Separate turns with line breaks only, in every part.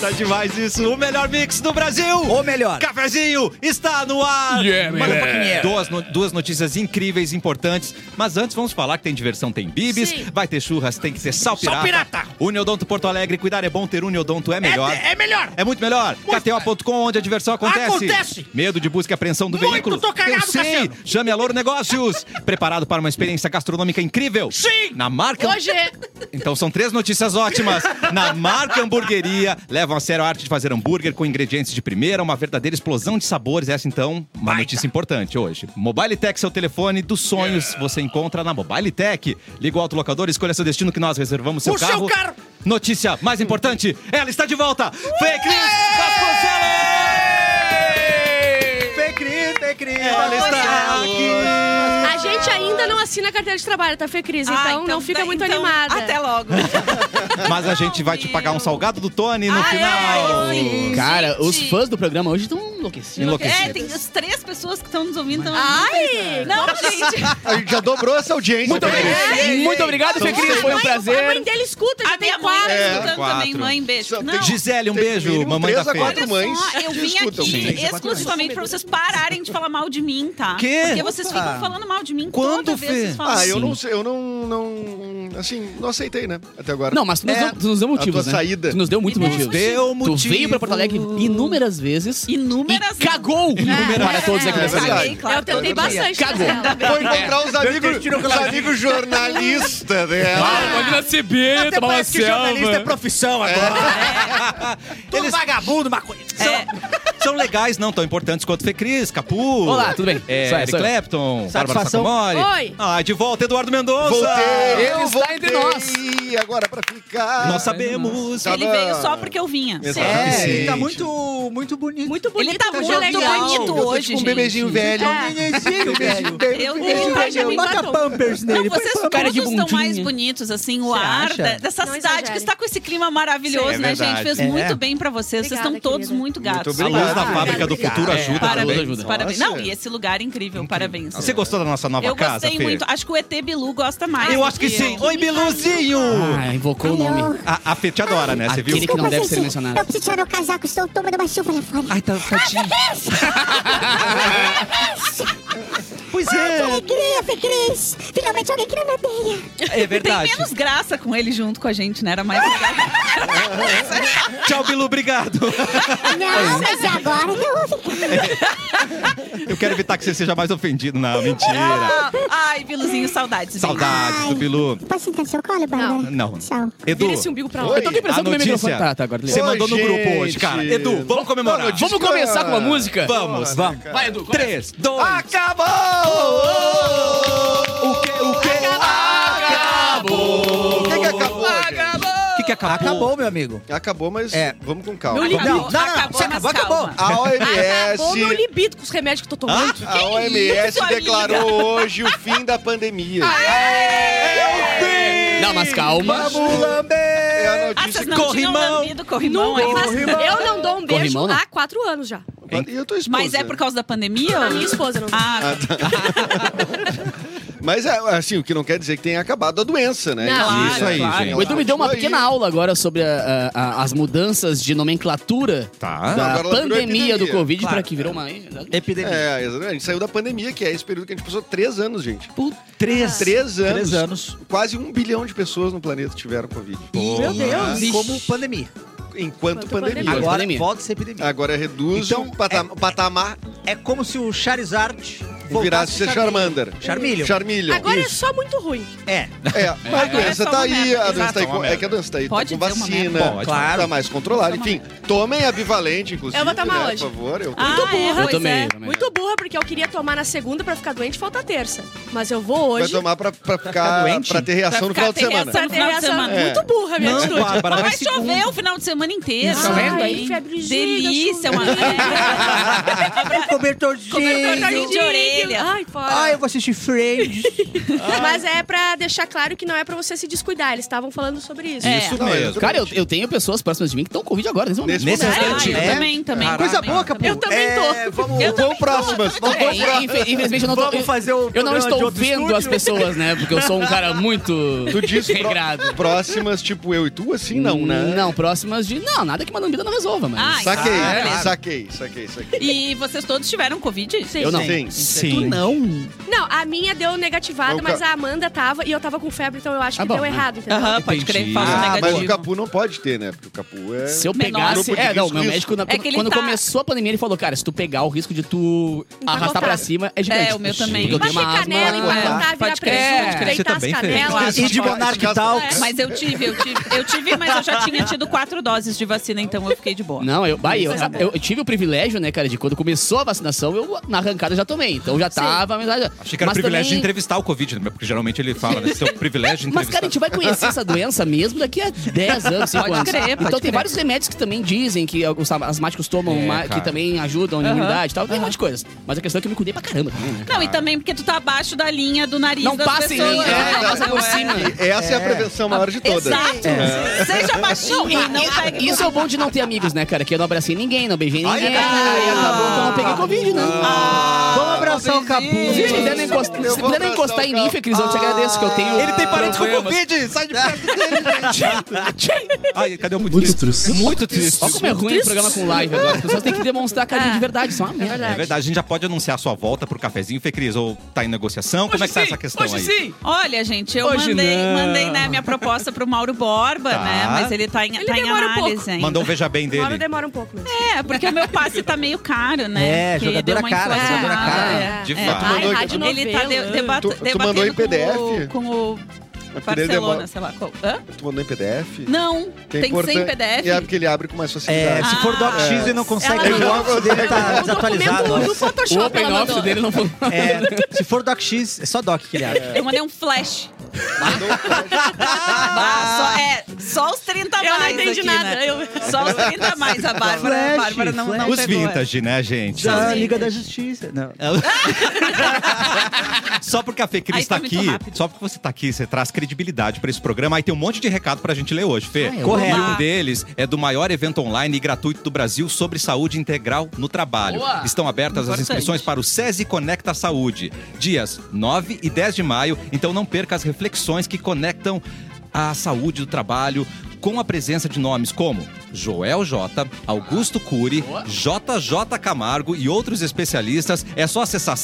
Tá demais isso. O melhor mix do Brasil.
Ou melhor.
Cafezinho está no ar. um
Yeah, man.
Motherfucking
Yeah.
É. Duas, no- duas notícias incríveis, importantes. Mas antes, vamos falar que tem diversão, tem bibis.
Sim.
Vai ter churras, tem que ser sal pirata.
pirata.
Uniodonto Porto Alegre. Cuidar é bom, ter Uniodonto é melhor.
É, é melhor.
É muito melhor. KTO.com, onde a diversão acontece.
Acontece.
Medo de busca e apreensão do
Muito,
veículo.
tô
Eu
cagado,
sei.
Cassiano.
Chame a Louro Negócios. Preparado para uma experiência gastronômica incrível?
Sim.
Na marca...
Hoje é.
Então são três notícias ótimas. Na marca hamburgueria, levam a sério a arte de fazer hambúrguer com ingredientes de primeira, uma verdadeira explosão de sabores. Essa, então, uma notícia importante hoje. Mobile Tech, seu telefone dos sonhos, você encontra na Mobile Tech. Liga o autolocador, escolha seu destino que nós reservamos seu
O seu
carro.
carro.
Notícia mais importante, ela está de volta. Fake News Vasconcelos! Fake News, Fake News. Ela está aqui.
A gente ainda não assina a carteira de trabalho, tá, Fê Cris? Então,
Ah,
não fica
tá,
muito
então,
animada.
Até logo.
Mas a gente vai te pagar um salgado do Tony no
Ah, é?
final.
Sim.
Cara, os
Gente.
fãs do programa hoje estão enlouquecidos.
Enlouquecido.
É, tem as três pessoas que estão nos ouvindo. Então
Ai!
Não, gente.
A gente já dobrou essa audiência.
Muito,
Fê Cris.
obrigado, Muito obrigado, Fê Cris. Foi um
A mãe
prazer.
dele escuta, já
A
tem
minha mãe
quatro.
tá
É,
escutando também,
quatro.
mãe. Beijo. Não.
Gisele, um
Tem
beijo,
mínimo
mamãe
três
da
a
Fê.
quatro
Olha
mães
só, eu vim
escutam.
aqui
Sim.
exclusivamente pra vocês pararem de falar mal de mim, tá?
Quê?
Porque vocês ficam falando mal de mim
Quando,
toda vez
Fê?
vocês falam
Ah, eu
assim.
não sei, eu não, não. Assim, não aceitei, né? Até agora.
Não, mas tu nos,
É,
deu, tu nos deu motivos,
tua
né?
saída.
Tu nos deu muito
Me deu
motivos.
Deu motivo.
Tu veio pra Porto Alegre inúmeras vezes.
Inúmeras
E cagou para todos aqui
É
nessa cidade.
verdade.
Caguei, claro,
Eu tentei
todo dia.
bastante.
Cagou.
Marcela.
Foi encontrar os amigos,
tirou
os amigos jornalistas dela.
na CB,
Então,
Até parece
assim,
que
né?
jornalista é profissão agora. Tudo
Eles
vagabundo, maconha.
É,
são legais, não tão importantes quanto Fê Cris, Capu.
Olá, tudo bem?
É,
Sou eu,
Eric
sou eu.
Clapton, Bárbara
Satisfação.
Sacomori.
Oi.
Ah, de volta, Eduardo Mendonça.
Voltei,
Ele
eu
está
voltei
entre nós.
agora pra ficar.
Nós sabemos.
Sabe-
ele veio só porque eu vinha.
Exato.
É,
Sim.
ele tá muito, muito bonito.
Muito bonito.
Ele tá
hoje,
muito
legal.
bonito
Eu tô
hoje,
tipo um
gente.
bebezinho velho.
É.
Bebezinho, velho.
Eu
Bebezinho,
Ai,
velho.
me
Bota
matou.
pampers nele.
Não, vocês
põe pampers.
cara de
todos estão
bundinha.
mais bonitos, assim, o
Você
ar
acha?
da- dessa
Não
cidade
exagere.
que está com esse clima maravilhoso,
Sim, é
né, gente?
verdade.
Fez
É.
muito bem pra vocês. vocês
Obrigada,
estão todos
querida.
muito gatos.
A luz da
Obrigado.
fábrica do
Obrigado.
futuro
É,
ajuda
parabéns.
também.
ajuda.
Parabéns.
Nossa.
Não, e esse lugar é incrível, parabéns.
Você gostou da nossa nova
Eu
casa,
gostei
Fê?
muito. Ah, é Acho que o ET Bilu gosta mais.
Eu
do
acho que sim.
eu.
Oi, Biluzinho.
Ah, invocou o nome.
A, a Fê te adora, né? Você viu?
Aquele que não deve ser mencionado.
Eu preciso tirar meu casaco, estou tomando uma chuva lá fora.
Ai, tá chatinho. pois é.
Alegria, Fê Cris! Finalmente alguém que não me odeia.
É verdade.
Tem menos graça com ele junto com a gente, né? Era mais legal.
Tchau, Bilu. Obrigado.
Não, mas agora não vou ficar.
Eu quero evitar que você seja mais ofendido. Não, mentira.
Ah, Ai, Biluzinho, saudades. gente.
Saudades do Bilu.
Posso sentar no seu colo, Bárbara?
Não.
Tchau.
Edu,
Vira
um
esse umbigo pra
Oi.
lá.
Eu tô com a impressão
a
que o meu microfone...
notícia.
Tá, tá, agora
Você
liguei.
Ô,
mandou no
gente.
grupo hoje, cara. Edu, vamos comemorar.
Não, não,
Vamos começar com a música?
Vamos,
vamos.
Vai, Edu. começa.
Três, dois. O que, o que?
Acabou! O que, que acabou? gente?
O que, que acabou?
Acabou, meu amigo.
Acabou, mas
É.
vamos com
Meu
calma.
livro.
Não, não, não.
Acabou,
Você
mas
acabou, acabou.
calma.
A OMS.
Acabou meu libido com os remédios que eu tô tomando.
A OMS
isso, amiga?
declarou hoje o fim da pandemia.
Não, mas calma.
Vamos lamber.
É
Ah,
a
vocês
notícia.
não
Corrimão.
tinham lambido corrimão
Nunca,
aí,
mas
mas...
eu não dou um beijo
Corrimão, não?
há quatro anos já.
E eu tô exposto.
mas é por causa da pandemia?
A minha esposa não.
Ah,
Mas é, assim, o que não quer dizer que tenha acabado a doença, né?
Não,
Isso aí,
claro.
gente.
O Edu me deu uma
Continua aí.
pequena aula agora sobre a- a- a- as mudanças de nomenclatura
Tá.
da
agora ela virou
pandemia do
epidemia.
Covid
Claro.
pra que virou uma...
Epidemia.
É, exatamente. A gente saiu da pandemia, que é esse período que a gente passou três anos, gente.
Três.
Três anos.
Três anos.
Quase um bilhão de pessoas no planeta tiveram Covid.
Meu Deus.
Vixe.
Como pandemia.
Enquanto
Enquanto
pandemia.
pandemia.
Agora
pandemia.
volta a ser epidemia.
Agora reduz
Então,
o pata- patamar
É como se o Charizard
virasse
voltasse
ser Charmander.
Charmilho.
Charmilho.
Agora é
Isso.
só muito ruim.
É.
É, mas a
Agora é
doença
só
tá
uma
aí,
merda.
a doença
Exato.
tá aí,
Só uma
é que a doença tá aí, tá
Pode
com
dizer uma
vacina,
merda.
Pode,
claro.
tá mais controlada, enfim, tomem a Bivalente, inclusive,
Eu vou tomar
né,
hoje.
por favor, eu
Ah,
Muito burra.
é,
Eu
pois
também,
é.
eu também.
Muito burra, porque eu queria tomar na segunda pra ficar doente, falta a terça. Mas eu vou
vai
hoje.
tomar pra, pra
ficar
ficar,
doente?
pra ter reação
Pra
no final
ficar
de
ter
semana.
reação.
Essa
no final de
reação é
semana.
muito burra, a minha
Não,
atitude.
Bárbara, vai
Vai
segunda.
chover o final de semana inteiro.
Tá vendo aí?
Ai,
Febrezinha,
Delícia,
chuva.
uma É.
Cobertorzinho.
tá
Cobertorzinho de orelha. orelha.
Ai, fora.
Ai, eu vou assistir Friends.
Mas é pra deixar claro que não é pra você se descuidar. Eles estavam falando sobre isso.
É.
Isso
Não,
mesmo.
Cara, eu, eu tenho pessoas próximas de mim que estão com Covid agora, nesse momento.
Nesse
Ah,
instante.
eu
É?
também, também.
Caraca.
Coisa
também,
boa,
também.
Capu.
Eu também
É,
tô.
Vamos,
Eu
vamos
também tô.
próximas. Vamos, vamos
É,
pra...
infe- infelizmente eu não tô.
Vamos fazer o
Eu não
programa de
estou
outro
vendo
estúdio.
as pessoas, né? Porque eu sou um cara muito.
Tu diz pró-
regrado.
próximas, tipo eu e tu, assim, não, né?
Não, próximas de. Não, nada que uma lambida não resolva, mas. É.
Ai,
Saquei,
ah, beleza.
saquei, saquei, saquei.
E vocês todos tiveram Covid?
Sim.
eu não.
Sim.
Sim.
Não.
Não, a minha deu negativada,
Não,
mas
ca-
a Amanda tava e eu tava com febre, então eu acho
Ah,
que
bom,
deu
né?
errado, entendeu?
Aham, pode
Entendi.
crer, falso
Ah,
Ah,
é negativo.
mas o Capu não pode ter, né? Porque o Capu é...
Se eu
Menor.
pegasse.
Grupo de
É, não,
risco,
meu
risco.
médico, na-
É que ele
quando
tá-
começou a pandemia, ele falou: cara, se tu pegar o risco de tu arrastar
Empacotado.
pra cima, é gigante.
É, o meu também.
Porque Eu tenho uma
Mas que
asma. né?
canela,
lá,
empacotar, virar
pode crer.
presunto,
É.
Você
deitar as
também fez?
canelas.
E de Monark Talks.
Mas eu tive, eu tive, eu tive, mas eu já tinha tido quatro doses de vacina, então eu fiquei de boa.
Não, eu, bah, eu, eu- eu tive o privilégio, né, cara, de quando começou a vacinação, eu na arrancada já tomei. Então já tava. Mas,
Achei que era
mas
privilégio de
também-
entrevistar o Covid, né? Porque geralmente ele fala, né? Seu privilégio de
Mas,
entrevistar.
cara, a gente vai conhecer essa doença mesmo daqui a 10 anos, 5
Pode
anos.
crer,
então
pode
tem
crer.
vários remédios que também dizem que os asmáticos tomam,
É,
ma-
cara.
que também ajudam na
Aham,
imunidade e tal. Tem um monte de coisas. Mas a questão é que eu me cuidei pra caramba também, né?
Não, e também porque tu tá abaixo da linha do nariz
Não
das
passa em
pessoas.
mim, é,
né?
passa por
Não é.
cima.
E Essa é. a prevenção maior de todas.
Exato. Seja baixinho e não pegue
Isso é o bom de não ter amigos, né, cara? Que eu não abracei ninguém, não beijei
Ai,
ninguém.
ai,
Aí acabou que eu não peguei Covid, né?
Vamos abraçar o Capu.
Se eles quiserem encostar,
Eu
se
vou
puderem
abraçar
encostar
o
em
Capu.
mim, Fê, Cris, eu te agradeço que eu tenho.
Ele tem parente com
problemas.
Covid. Sai de perto.
Ai, cadê o muito triste? Muito triste.
Olha como é ruim esse programa com live agora. As pessoas têm que demonstrar carinho
Ah,
de verdade. Isso é uma merda.
É verdade, a gente já pode anunciar a sua volta pro cafezinho, Fê Cris, ou tá em negociação? Como é que tá essa questão aí?
sim.
Olha, gente, eu
Hoje
mandei,
não.
mandei né, minha proposta pro Mauro Borba,
Tá.
né? Mas ele tá em,
Ele
tá em
demora um
análise
pouco.
ainda.
Mandou um veja bem
Uma hora
dele.
demora um pouco mesmo.
É, porque o meu passe tá meio caro, né?
É,
Porque
jogadora
deu uma
cara,
inflacionada,
jogadora cara.
é.
De
É.
fato.
mandou-
rádio
Ele tá de,
novela.
debat-
Tu- tu
debatendo
mandou em PDF?
Com o, com
É
o
porque ele demora-
Barcelona, sei lá. qual- Hã?
Tu mandou em PDF?
Não, tem, que ser em
importan- E é
PDF.
porque ele abre com mais facilidade.
É,
Ah.
se for DocX e não consegue,
Ela
o
não-
óculos dele tá
O documento
desatualizado.
no
O
Photoshop
open
ela
office
mandou.
dele não foi.
É, se for DocX, é só Doc que ele abre.
Eu mandei um flash.
Mandou um flash.
Ah, só, é, só os 30
Eu não
mais
entendi
aqui,
nada,
né?
eu-
Só os 30 a mais, a Bárbara, a
Flash,
Bárbara não, não
Os
pegou essa.
vintage, né, gente?
Já a Liga da Justiça. Não.
Só porque a Fê Cris
Ai,
tá
foi muito
aqui,
rápido.
só porque você tá aqui, você traz credibilidade pra esse programa. Aí tem um monte de recado pra gente ler hoje, Fê.
Ah, eu
E
vou
Correto.
um
lá.
deles é do maior evento online e gratuito do Brasil sobre saúde integral no trabalho.
Boa.
Estão abertas as
Importante.
inscrições para o SESI Conecta Saúde, dias 9 e 10 de maio. Então não perca as reflexões que conectam a saúde do trabalho com a presença de nomes como Joel J, Augusto Cury, JJ Camargo e outros especialistas. É só acessar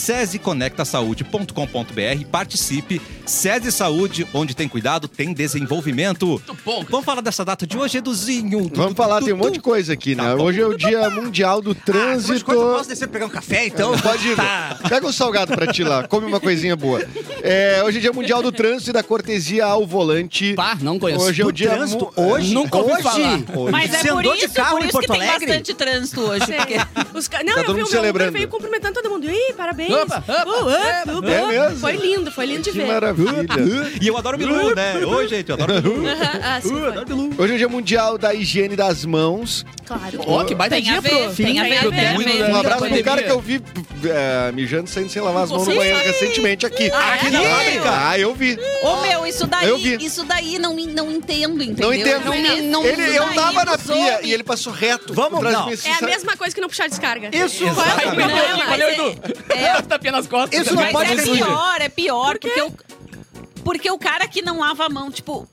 seseconectasaude.com.br, participe. SESI Saúde, onde tem cuidado, tem desenvolvimento. Vamos falar dessa data de hoje, Eduzinho.
Vamos falar, tem um monte de coisa aqui, né?
Tá bom.
Hoje é o Dia Mundial do
Ah,
Trânsito.
depois eu posso descer pra pegar um café, então?
Pode ir.
Tá.
Pega um salgado pra ti lá, come uma coisinha boa. É, hoje é dia mundial do trânsito e da cortesia ao volante.
Pá, não conheço.
hoje é o
Do
dia
trânsito?
mu-
Hoje?
Nunca ouvi
hoje?
falar.
Hoje.
Mas
Você
é por
andou de
isso,
carro
por
em
isso
Porto
que tem
Alegre?
bastante trânsito hoje. porque-
Os ca- Não,
Tá todo
eu vi
mundo
o meu Uber
celebrando.
veio cumprimentando todo mundo. Ih, parabéns.
Opa, opa,
Uh, uh, uh,
É
uh.
mesmo?
Foi lindo, foi lindo de
Que
ver.
maravilha.
E eu adoro Bilu, né? Ô, gente, eu adoro Bilu.
Aham, ah, sim, foi.
Hoje é o dia mundial da higiene das mãos.
Claro.
Ó, que baita
Tem a
dia
ver,
pro
tem
fim
a ver,
do
tem a
mundo,
ver.
né?
Um
Sim,
abraço
Pandemia.
pro cara que eu vi é, mijando sem, sem lavar as mãos no
Sim.
banheiro recentemente aqui.
Aqui na fábrica?
Ah, eu vi.
é? Ô, meu, isso daí,
Eu vi.
isso daí não, me- não entendo, entendeu?
Não entendo.
Não, me- não,
Ele,
isso
eu
daí
tava na
não soube.
pia e ele passou reto.
Vamos,
atrás de
não.
mim, assim,
É a
sabe?
mesma coisa que não puxar descarga.
Isso,
Qual é o
Valeu,
problema?
Edu. Valeu, Edu.
É.
Tapinha nas costas. né?
Isso não
Mas
pode
é
ser.
pior, é pior, porque o, porque o cara que não lava a mão, tipo...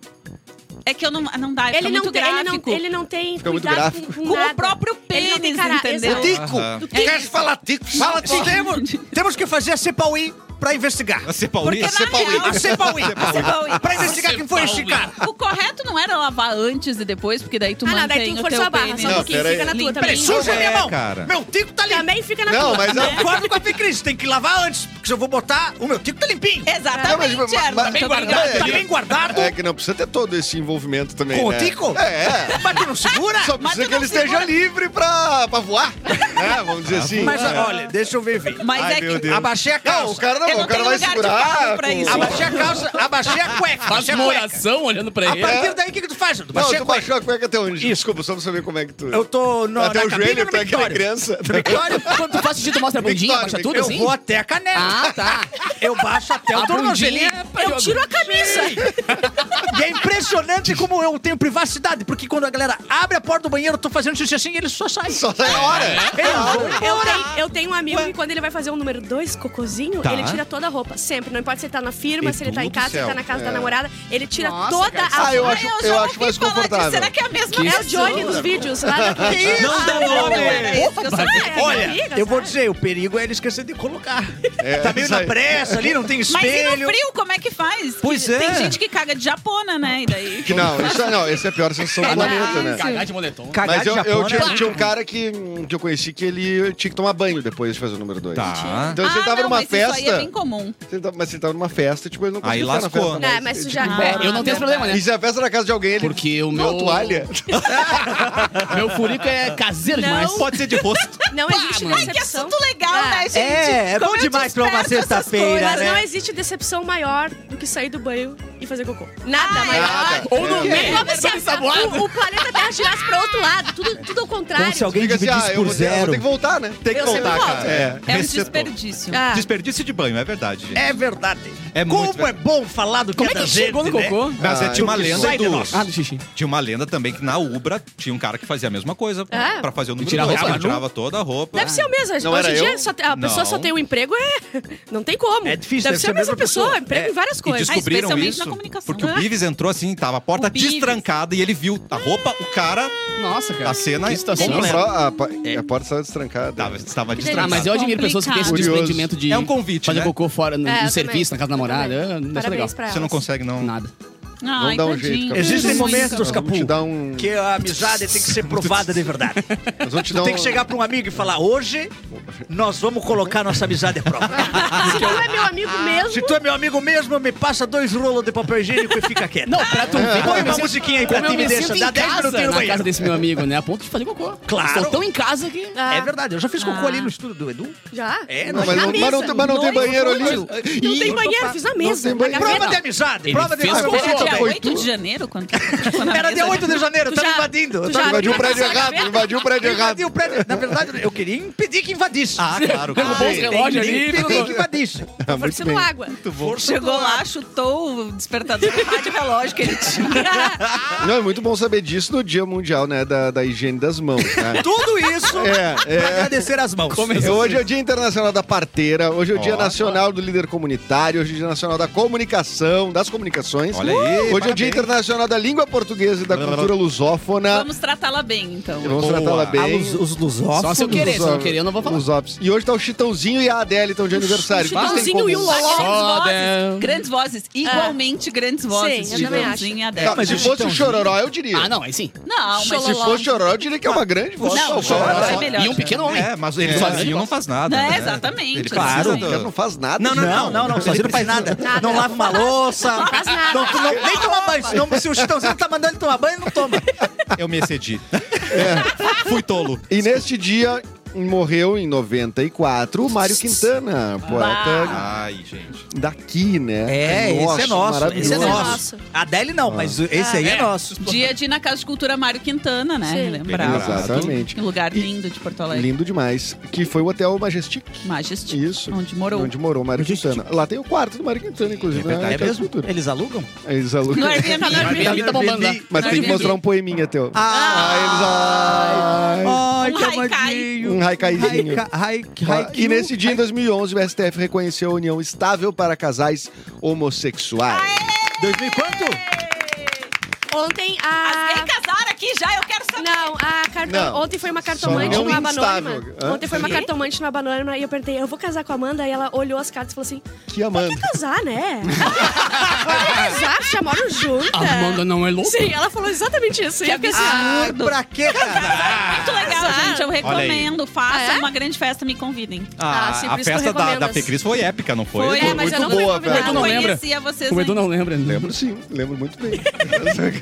É que eu não... Não dá, fica
Ele não,
muito
tem, ele,
gráfico.
não, ele não tem
Fica muito
cuidado com,
gráfico.
com
Com
nada.
o próprio
Ele não tem
pênis,
cara-
entendeu?
exato.
Tico.
Aham.
Quer falar tico? Fala tico. Temos, temos que fazer a CEPAUI pra investigar.
A ser
Porque
é paulista.
na real...
A CEPAUI.
Cepaui.
Pra investigar quem foi este cara.
O correto não era lavar antes e depois, porque daí tu
Ah, não, daí
mantém
tu
o
forçou
teu
a barra,
pênis.
só um
Não,
pouquinho.
peraí.
Fica na tua também.
Peraí, suja minha mão.
cara.
Meu tico tá limpo.
Também fica na
Não,
tua. É.
mas
Eu concordo com a Ficris, tem que lavar antes, porque se eu vou botar, o meu tico tá limpinho.
Exatamente,
Não, mas-
Erno,
mas-
muito
mas-
obrigada.
Tá bem guardado.
É que não precisa ter todo esse envolvimento também.
Com o
né?
tico?
É, é.
Mas tu não segura?
Só
Mas
precisa
tu
que ele
não segura.
esteja livre pra, pra voar. né? Vamos dizer assim.
Ah, Mas
É.
olha, deixa eu ver, ver.
Mas
Ai,
é
meu
que...
Deus.
Abaixei a
Não,
calça.
o cara não Não,
eu não
o cara
tenho
vai
lugar de
segurar.
falo pra
pô.
isso.
Abaixei a calça, abaixei a cueca.
Faz assim,
abaixei a
uma
cueca.
oração olhando pra
A
ele.
partir daí, o que, que tu faz? Tu
Não,
baixei
tu
a cueca.
baixou é a cueca até onde? Desculpa, só pra saber como é que tu...
Eu tô no,
até
na
o
cabine
joelho,
no
tu é aquela
Victória.
criança.
Victória,
Quando tu faz xixi, tu mostra a bundinha,
Victória,
abaixa tudo
eu
assim?
vou até a canela.
Ah, tá.
Eu baixo até É o
A
tornozelinho.
bundinha. é
Eu tiro a camisa.
E é impressionante como eu tenho privacidade, porque quando a galera abre a porta do banheiro, eu tô fazendo xixi assim e ele só sai.
Só sai a hora.
É. Eu
Eu tenho, eu tenho um amigo que quando ele vai fazer o número 2, cocôzinho,
Tá.
ele tira toda a roupa. Sempre. Não importa se ele tá na firma,
Meu
se ele tá
Deus
em
do
casa, se ele
céu.
tá na casa
É.
da namorada. Ele tira
Nossa,
toda
cara,
a
Ah, eu
roupa.
acho,
já
eu
ouvi
acho mais
falar disso.
confortável.
Será que é a mesma
É o Johnny dos vídeos lá da Ah,
Não dá nome!
vou- Olha, eu vou dizer, o perigo é ele esquecer de colocar.
É,
tá meio
isso
na
aí.
pressa ali, não tem
Mas e
espelho.
no frio, como é que faz?
Pois
Que-
é.
Tem gente que caga de japona, né? E daí...
Que não, isso, é- não, esse é a pior sensação do planeta, né?
Cagar de moletom.
Cagar
Mas
de
eu, eu
Japão,
tinha,
né?
tinha um cara que, que eu conheci que ele tinha que tomar banho depois de fazer o número 2.
Tá.
Então se
ah,
ele tava
não,
numa
mas Isso
festa.
aí é bem comum.
se ele tava- mas se ele tava numa festa, tipo, ele não
Aí
conseguia ficar na
lascou.
festa.
Não,
mais.
mas isso já. Ah,
É, eu não tenho esse problema, né?
E se a festa na casa de alguém, ele.
Porque o
Não,
meu-
toalha.
Meu furico é caseiro
Não.
demais.
Pode ser de rosto.
Não existe
mano.
Que
decepção.
assunto legal,
Ah.
né, gente?
É, é
Como
bom
eu
demais pra uma
desperto essas
sexta-feira,
Mas não
né?
existe decepção maior do que sair do banho e fazer cocô. Nada maior.
Nada.
Ou no
É.
É
meio,
como se a- a- o, o planeta Terra girasse pra outro lado, tudo, tudo ao contrário.
Como se alguém
Fica assim, ah,
dividisse
eu
por
vou ter, eu vou
zero.
ter que voltar, né?
Tem que
Eu sempre
voltar,
volto.
cara.
É.
É um
Recetou.
desperdício.
Ah,
Desperdício de banho, é verdade. gente.
É verdade.
É
Como
muito
é
verdade.
bom falar do que
Como é
é da
que chegou no
gente, né?
cocô?
Mas é,
Ah,
tinha uma
eu que
lenda
sai da
do.
nossa.
Ah, do xixi.
Tinha uma lenda também que na Ubra tinha um cara que fazia a mesma coisa
Ah.
pra fazer o número
tirar a
dois,
roupa
Ele
nu?
tirava toda a roupa.
Deve ser o mesmo.
Não
Hoje
era
em
eu?
dia só- a
Não.
pessoa só tem um emprego, é. Não tem como.
É difícil,
Deve ser a mesma pessoa, emprego
É.
em várias
E
coisas.
descobriram
especialmente
isso
na comunicação.
porque o
né?
Ah.
Bives entrou assim, tava a porta
O Bives.
destrancada e ele viu a roupa, o cara,
Nossa, cara.
a cena
Que situação,
completa.
Só a, pa- a porta estava destrancada.
Tava, estava
delícia.
Ah,
destrancada.
mas eu admiro pessoas que têm esse
Complicado.
desprendimento de
É um convite,
fazer
né?
cocô fora no,
É, eu
no
também.
um serviço, na casa da
Eu também.
namorada. Eu não acho legal.
Parabéns pra
Você não
elas.
consegue, não.
Nada.
Ai,
dá um
tadinho.
jeito, cara.
Existem
Muito.
Nós
momentos,
vamos
Capu,
te dar um.
que a amizade tem que ser provada de verdade.
Nós vamos te dar
Tu tem
um-
que chegar pra um amigo e falar, hoje nós vamos colocar nossa amizade à prova.
Se não é meu amigo
Se
mesmo,
tu é meu amigo mesmo, me passa dois rolos de papel higiênico e fica quieto.
Não, pra tu ver como
Põe
eu me
uma
sinto-
musiquinha aí pra
como eu
ti, é me
me
deixa.
sinto
Dá
em
10
casa,
minutinhos
na
no
casa
banheiro.
desse meu amigo, né? A ponto de fazer cocô.
Claro.
Estou tão em casa que...
Ah.
É verdade, eu já fiz cocô
Ah.
ali no estúdio do Edu.
já.
É,
Não, mas,
Na
não, mas não
mesa.
tem- mas não tem
Não,
banheiro ali.
não
Não tem banheiro, fiz na mesa.
tem banheiro.
na
Prova
gaveta.
de amizade,
Ele
prova de
fez
amizade.
Foi
Foi
é dia
tu?
8 de janeiro? Quando... quando a
tá Era dia
mesa-
8 de janeiro,
Tu
tá me
já-
invadindo.
tu
Tá
já-
me
Invadiu o prédio
Essa
errado,
gaveta.
invadiu o prédio errado.
invadindo o prédio. Na verdade, eu queria impedir que invadisse.
Ah, claro.
Derrubou os
claro.
relógios ali.
Impedir que
ficou-
invadisse.
Ah, muito
Forçando
bem.
água.
Chegou lá, chutou o despertador do rádio relógio que ele tinha.
Não, é muito bom saber disso no Dia Mundial, né? Da, da higiene das mãos, né?
Tudo isso
É,
pra agradecer as mãos.
Hoje é o Dia Internacional da Parteira, hoje é o Dia
assim. Ó.
Nacional do Líder Comunitário, hoje é o Dia Nacional da Comunicação, das Comunicações.
Olha aí,
Hoje é o Dia
parabéns.
Internacional da Língua Portuguesa e da Cultura Lusófona.
Vamos tratá-la bem, então.
Vamos
Boa.
tratá-la
Ah,
bem.
os, os lusófonos.
Só se eu querer, se eu não
Lusófonos.
querer, eu não vou falar.
Lusófis. E hoje tá o Chitãozinho e a Adele estão de aniversário. Eles têm
Chitãozinho
como-
e o Lolo.
Grandes
Só
vozes,
Deus.
grandes vozes, igualmente grandes vozes.
Sim, eu também acho.
Joãozinho e Adele.
Tá, mas se fosse o Chororó, eu diria.
Ah, não, aí sim.
Não, mas
Se fosse o Chororó, eu diria que é uma grande voz.
Não, o
salvadora.
Chororó é melhor.
E um pequeno homem.
É, mas ele
É.
sozinho não faz nada.
É,
né?
exatamente,
Ele
claro.
precisa
Ele não
do...
faz nada.
Não, não,
Não, não, não, sozinho não faz nada. Não lava uma louça. Não
faz nada.
Não, tu não- nem toma banho. senão se o Chitãozinho tá mandando ele tomar banho, ele não toma.
Eu me excedi. É, Fui tolo.
E neste dia morreu em 94 o Mário Quintana, poeta
Ai, gente.
daqui, né?
É, esse é nosso. Esse é
maravilhoso.
nosso. A Adele não, mas esse aí é nosso.
Dia de ir na Casa de Cultura Mário Quintana, né?
Sim.
Lembrar.
Exatamente.
Um lugar
E-
lindo de Porto Alegre.
Lindo demais. Que foi o hotel Majestic.
Majestic.
Isso.
Onde morou.
Onde morou o Mário Quintana. Lá tem o quarto do Mário Quintana, inclusive.
É
né?
verdade.
na
É
Casa
mesmo?
Cultura.
Eles alugam?
Eles alugam.
No Airbnb.
Airbnb tá bombando lá.
É,
é Não,
Mas tem que
é mesmo.
mostrar um poeminha teu.
Ah,
Ah, eles. Ai.
Ai,
Um
que
haikai.
amadinho.
Um haikaizinho.
Haikai- haik-
Ah,
haikyuu.
E nesse dia, em 2011, o STF reconheceu a união estável para casais homossexuais.
2000 e quanto?
Ontem
Mas
a.
quem casar aqui já, eu quero saber.
Não, a cartão...
Não.
ontem foi uma cartomante
Só não
no Abanônima.
instável. Hã?
Ontem foi uma cartomante no Abanônima e eu perguntei, eu vou casar com a Amanda? E ela olhou as cartas e falou assim,
Que amando.
casar, né? Vai casar, chamaram juntas.
Amanda não é louca.
Sim, ela falou exatamente isso. E eu fiquei assim,
Ah, pra quê, cara?
Muito legal, gente. Eu
Olha aí.
recomendo. Façam
Ah, é?
uma grande festa, me convidem.
Ah,
Ah, sim,
a
por isso
festa
tu
da, da
recomendas.
Fecris foi épica, não foi?
Foi, é, mas eu
muito
não fui
boa,
convidada.
velho.
Eu
não lembra?
conhecia Ah, vocês
O Edu
ainda.
não lembra. né?
Lembro sim, lembro muito bem.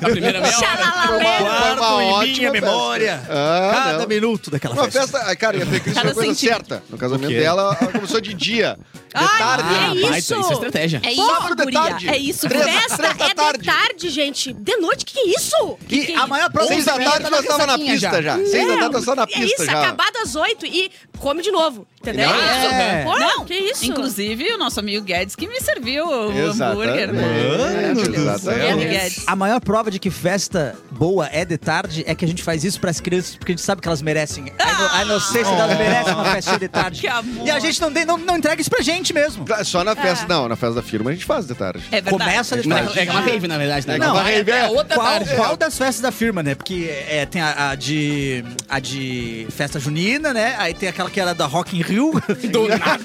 A primeira meia hora.
Xalalalê.
Guardo em minha
festa.
memória.
Ah,
Cada
não.
minuto daquela
Uma
festa.
festa, ah, cara, ia ter Cris
Cada
uma coisa
centímetro.
certa. No casamento
O quê?
dela, ela começou de dia.
Ai,
tarde.
é isso.
isso é estratégia.
É
Só
isso,
pro
guria.
detalhe.
É isso,
Três-
guria.
Festa
três da
é
tarde.
de tarde, gente. De noite, que é isso?
E a maior prova
Seis da
de
tarde nós tava na
casaquinha já.
pista já. Seis da
Não,
tarde nós tava na
É
pista
isso,
já.
acabado às oito e come de novo. Entendeu?
É.
Pô,
Não,
que isso?
Inclusive, o nosso amigo Guedes que me serviu o né? É, hambúrguer.
Exatamente.
Mano do
Guilherme
céu.
Guedes.
A maior prova de que festa boa é de tarde é que a gente faz isso pras crianças, porque a gente sabe que elas merecem. A ino- A inocência
Ah.
delas merece uma festinha de tarde.
Que amor.
E a gente não, de- não, não entrega isso pra gente mesmo.
Só na festa, não, na festa da firma a gente faz de tarde.
É verdade.
Começa de tarde.
É uma rave, na verdade, né?
É uma rave, é.
é outra
Qual,
tarde.
qual das festas da firma, né? Porque é, tem a, a de. a de festa junina, né? Aí tem aquela que era da Rock in Rio.
Do nada.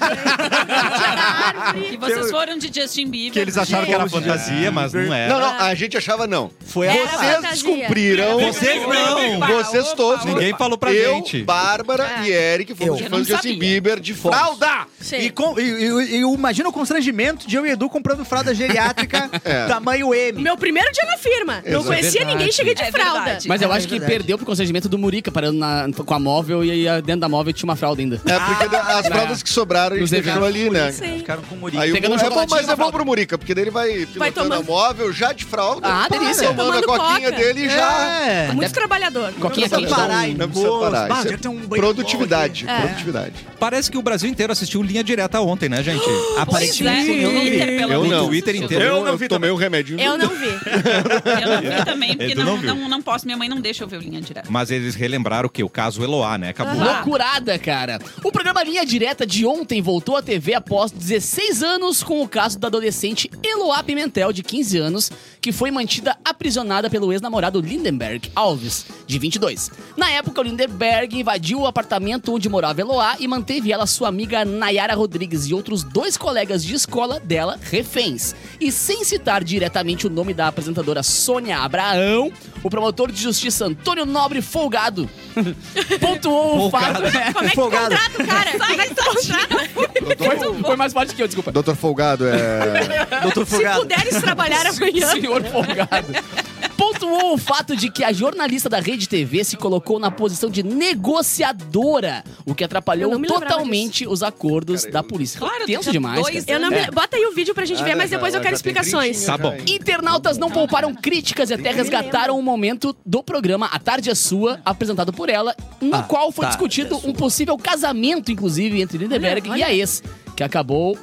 Ah, E vocês foram de Justin Bieber. É
Que eles acharam que era fantasia, mas não era.
Não, não, a gente achava não.
Foi a
É.
Rock-
Vocês
fantasia.
descumpriram.
Vocês não.
Opa,
Vocês
opa,
todos.
opa.
Ninguém falou pra
eu,
gente.
Bárbara e Eric
Eu.
fomos
Eu
fãs de
não
Justin
sabia.
Bieber de
Fomos.
fralda.
Sim.
E, com, e, e- e eu imagino o constrangimento de eu e Edu comprando fralda geriátrica
É.
tamanho M.
Meu primeiro dia na firma. Não
Exato.
conhecia
Verdade.
ninguém, cheguei de
É
fralda.
verdade.
Mas eu
Ah, é
acho que
verdade.
perdeu pro constrangimento do Murica parando na- com a móvel e aí dentro da móvel tinha uma fralda ainda.
É, porque as fraldas que sobraram a gente
Nos
deixou ali, né?
Sim.
Ficaram com o Murica.
Aí o,
Pegando
Mu-
um
é bom, mas
chocolatinho
é
na
bom
fralda.
pro Murica, porque daí ele vai pilotando a
tomando.
móvel já de fralda.
Ah,
pá,
delícia.
Tomando a
Tomando
coquinha
coca.
dele e já.
É.
Muito trabalhador.
Coquinha
Não
quente.
precisa parar,
dá um-
não precisa
Gosto.
parar.
Bah,
Isso é
devia ter um banho
produtividade,
aqui. É.
produtividade.
Parece que o Brasil inteiro assistiu Linha Direta ontem, né, gente?
Pois é,
Aparentemente eu não vi.
Twitter, pelo
Eu
menos,
não.
O Twitter
assistiu.
inteiro.
não vi tomei um remédio.
Eu não vi.
Eu não vi também, porque
Edu É, não
não,
viu.
não, não posso. Minha mãe não deixa eu ver o linha direta.
Mas eles relembraram o quê? O caso Eloá, né? Acabou.
Aham.
Loucurada, cara. O programa Linha Direta de ontem voltou à TV após 16 anos com o caso da adolescente Eloá Pimentel, de 15 anos, que foi mantida aprisionada pelo ex-namorado Lindenberg Alves, de 22. Na época, o Lindenberg invadiu o apartamento onde morava Eloá e manteve ela, sua amiga Nayara Rodrigues e outros dois colegas de escola dela reféns. E sem citar diretamente o nome da apresentadora Sônia Abraão, o promotor de justiça Antônio Nobre Folgado pontuou um o fato.
Como é que
Folgado.
contrata o cara? Como é que
tá
contrata?
Foi, foi mais forte que eu, desculpa.
Doutor Folgado é.
Doutor
Se
Folgado.
puderes trabalhar amanhã.
Senhor folgado. Pontuou o fato de que a jornalista da Rede TV se colocou na posição de negociadora, o que
Eu
atrapalhou
não me lembrava
totalmente os acordos
Cara,
da
eu-
polícia.
Claro,
Foi tenso
já
demais.
dois
cara.
Eu não
É.
me... Bota aí o vídeo pra gente ver, mas depois eu quero explicações.
Tá bom.
Internautas não pouparam críticas e até resgataram um momento do programa A Tarde é Sua, apresentado por ela, no
Ah,
qual foi
Tarde
discutido
é
um possível casamento, inclusive, entre Lindenberg
Olha,
e a
olha.
ex, que acabou.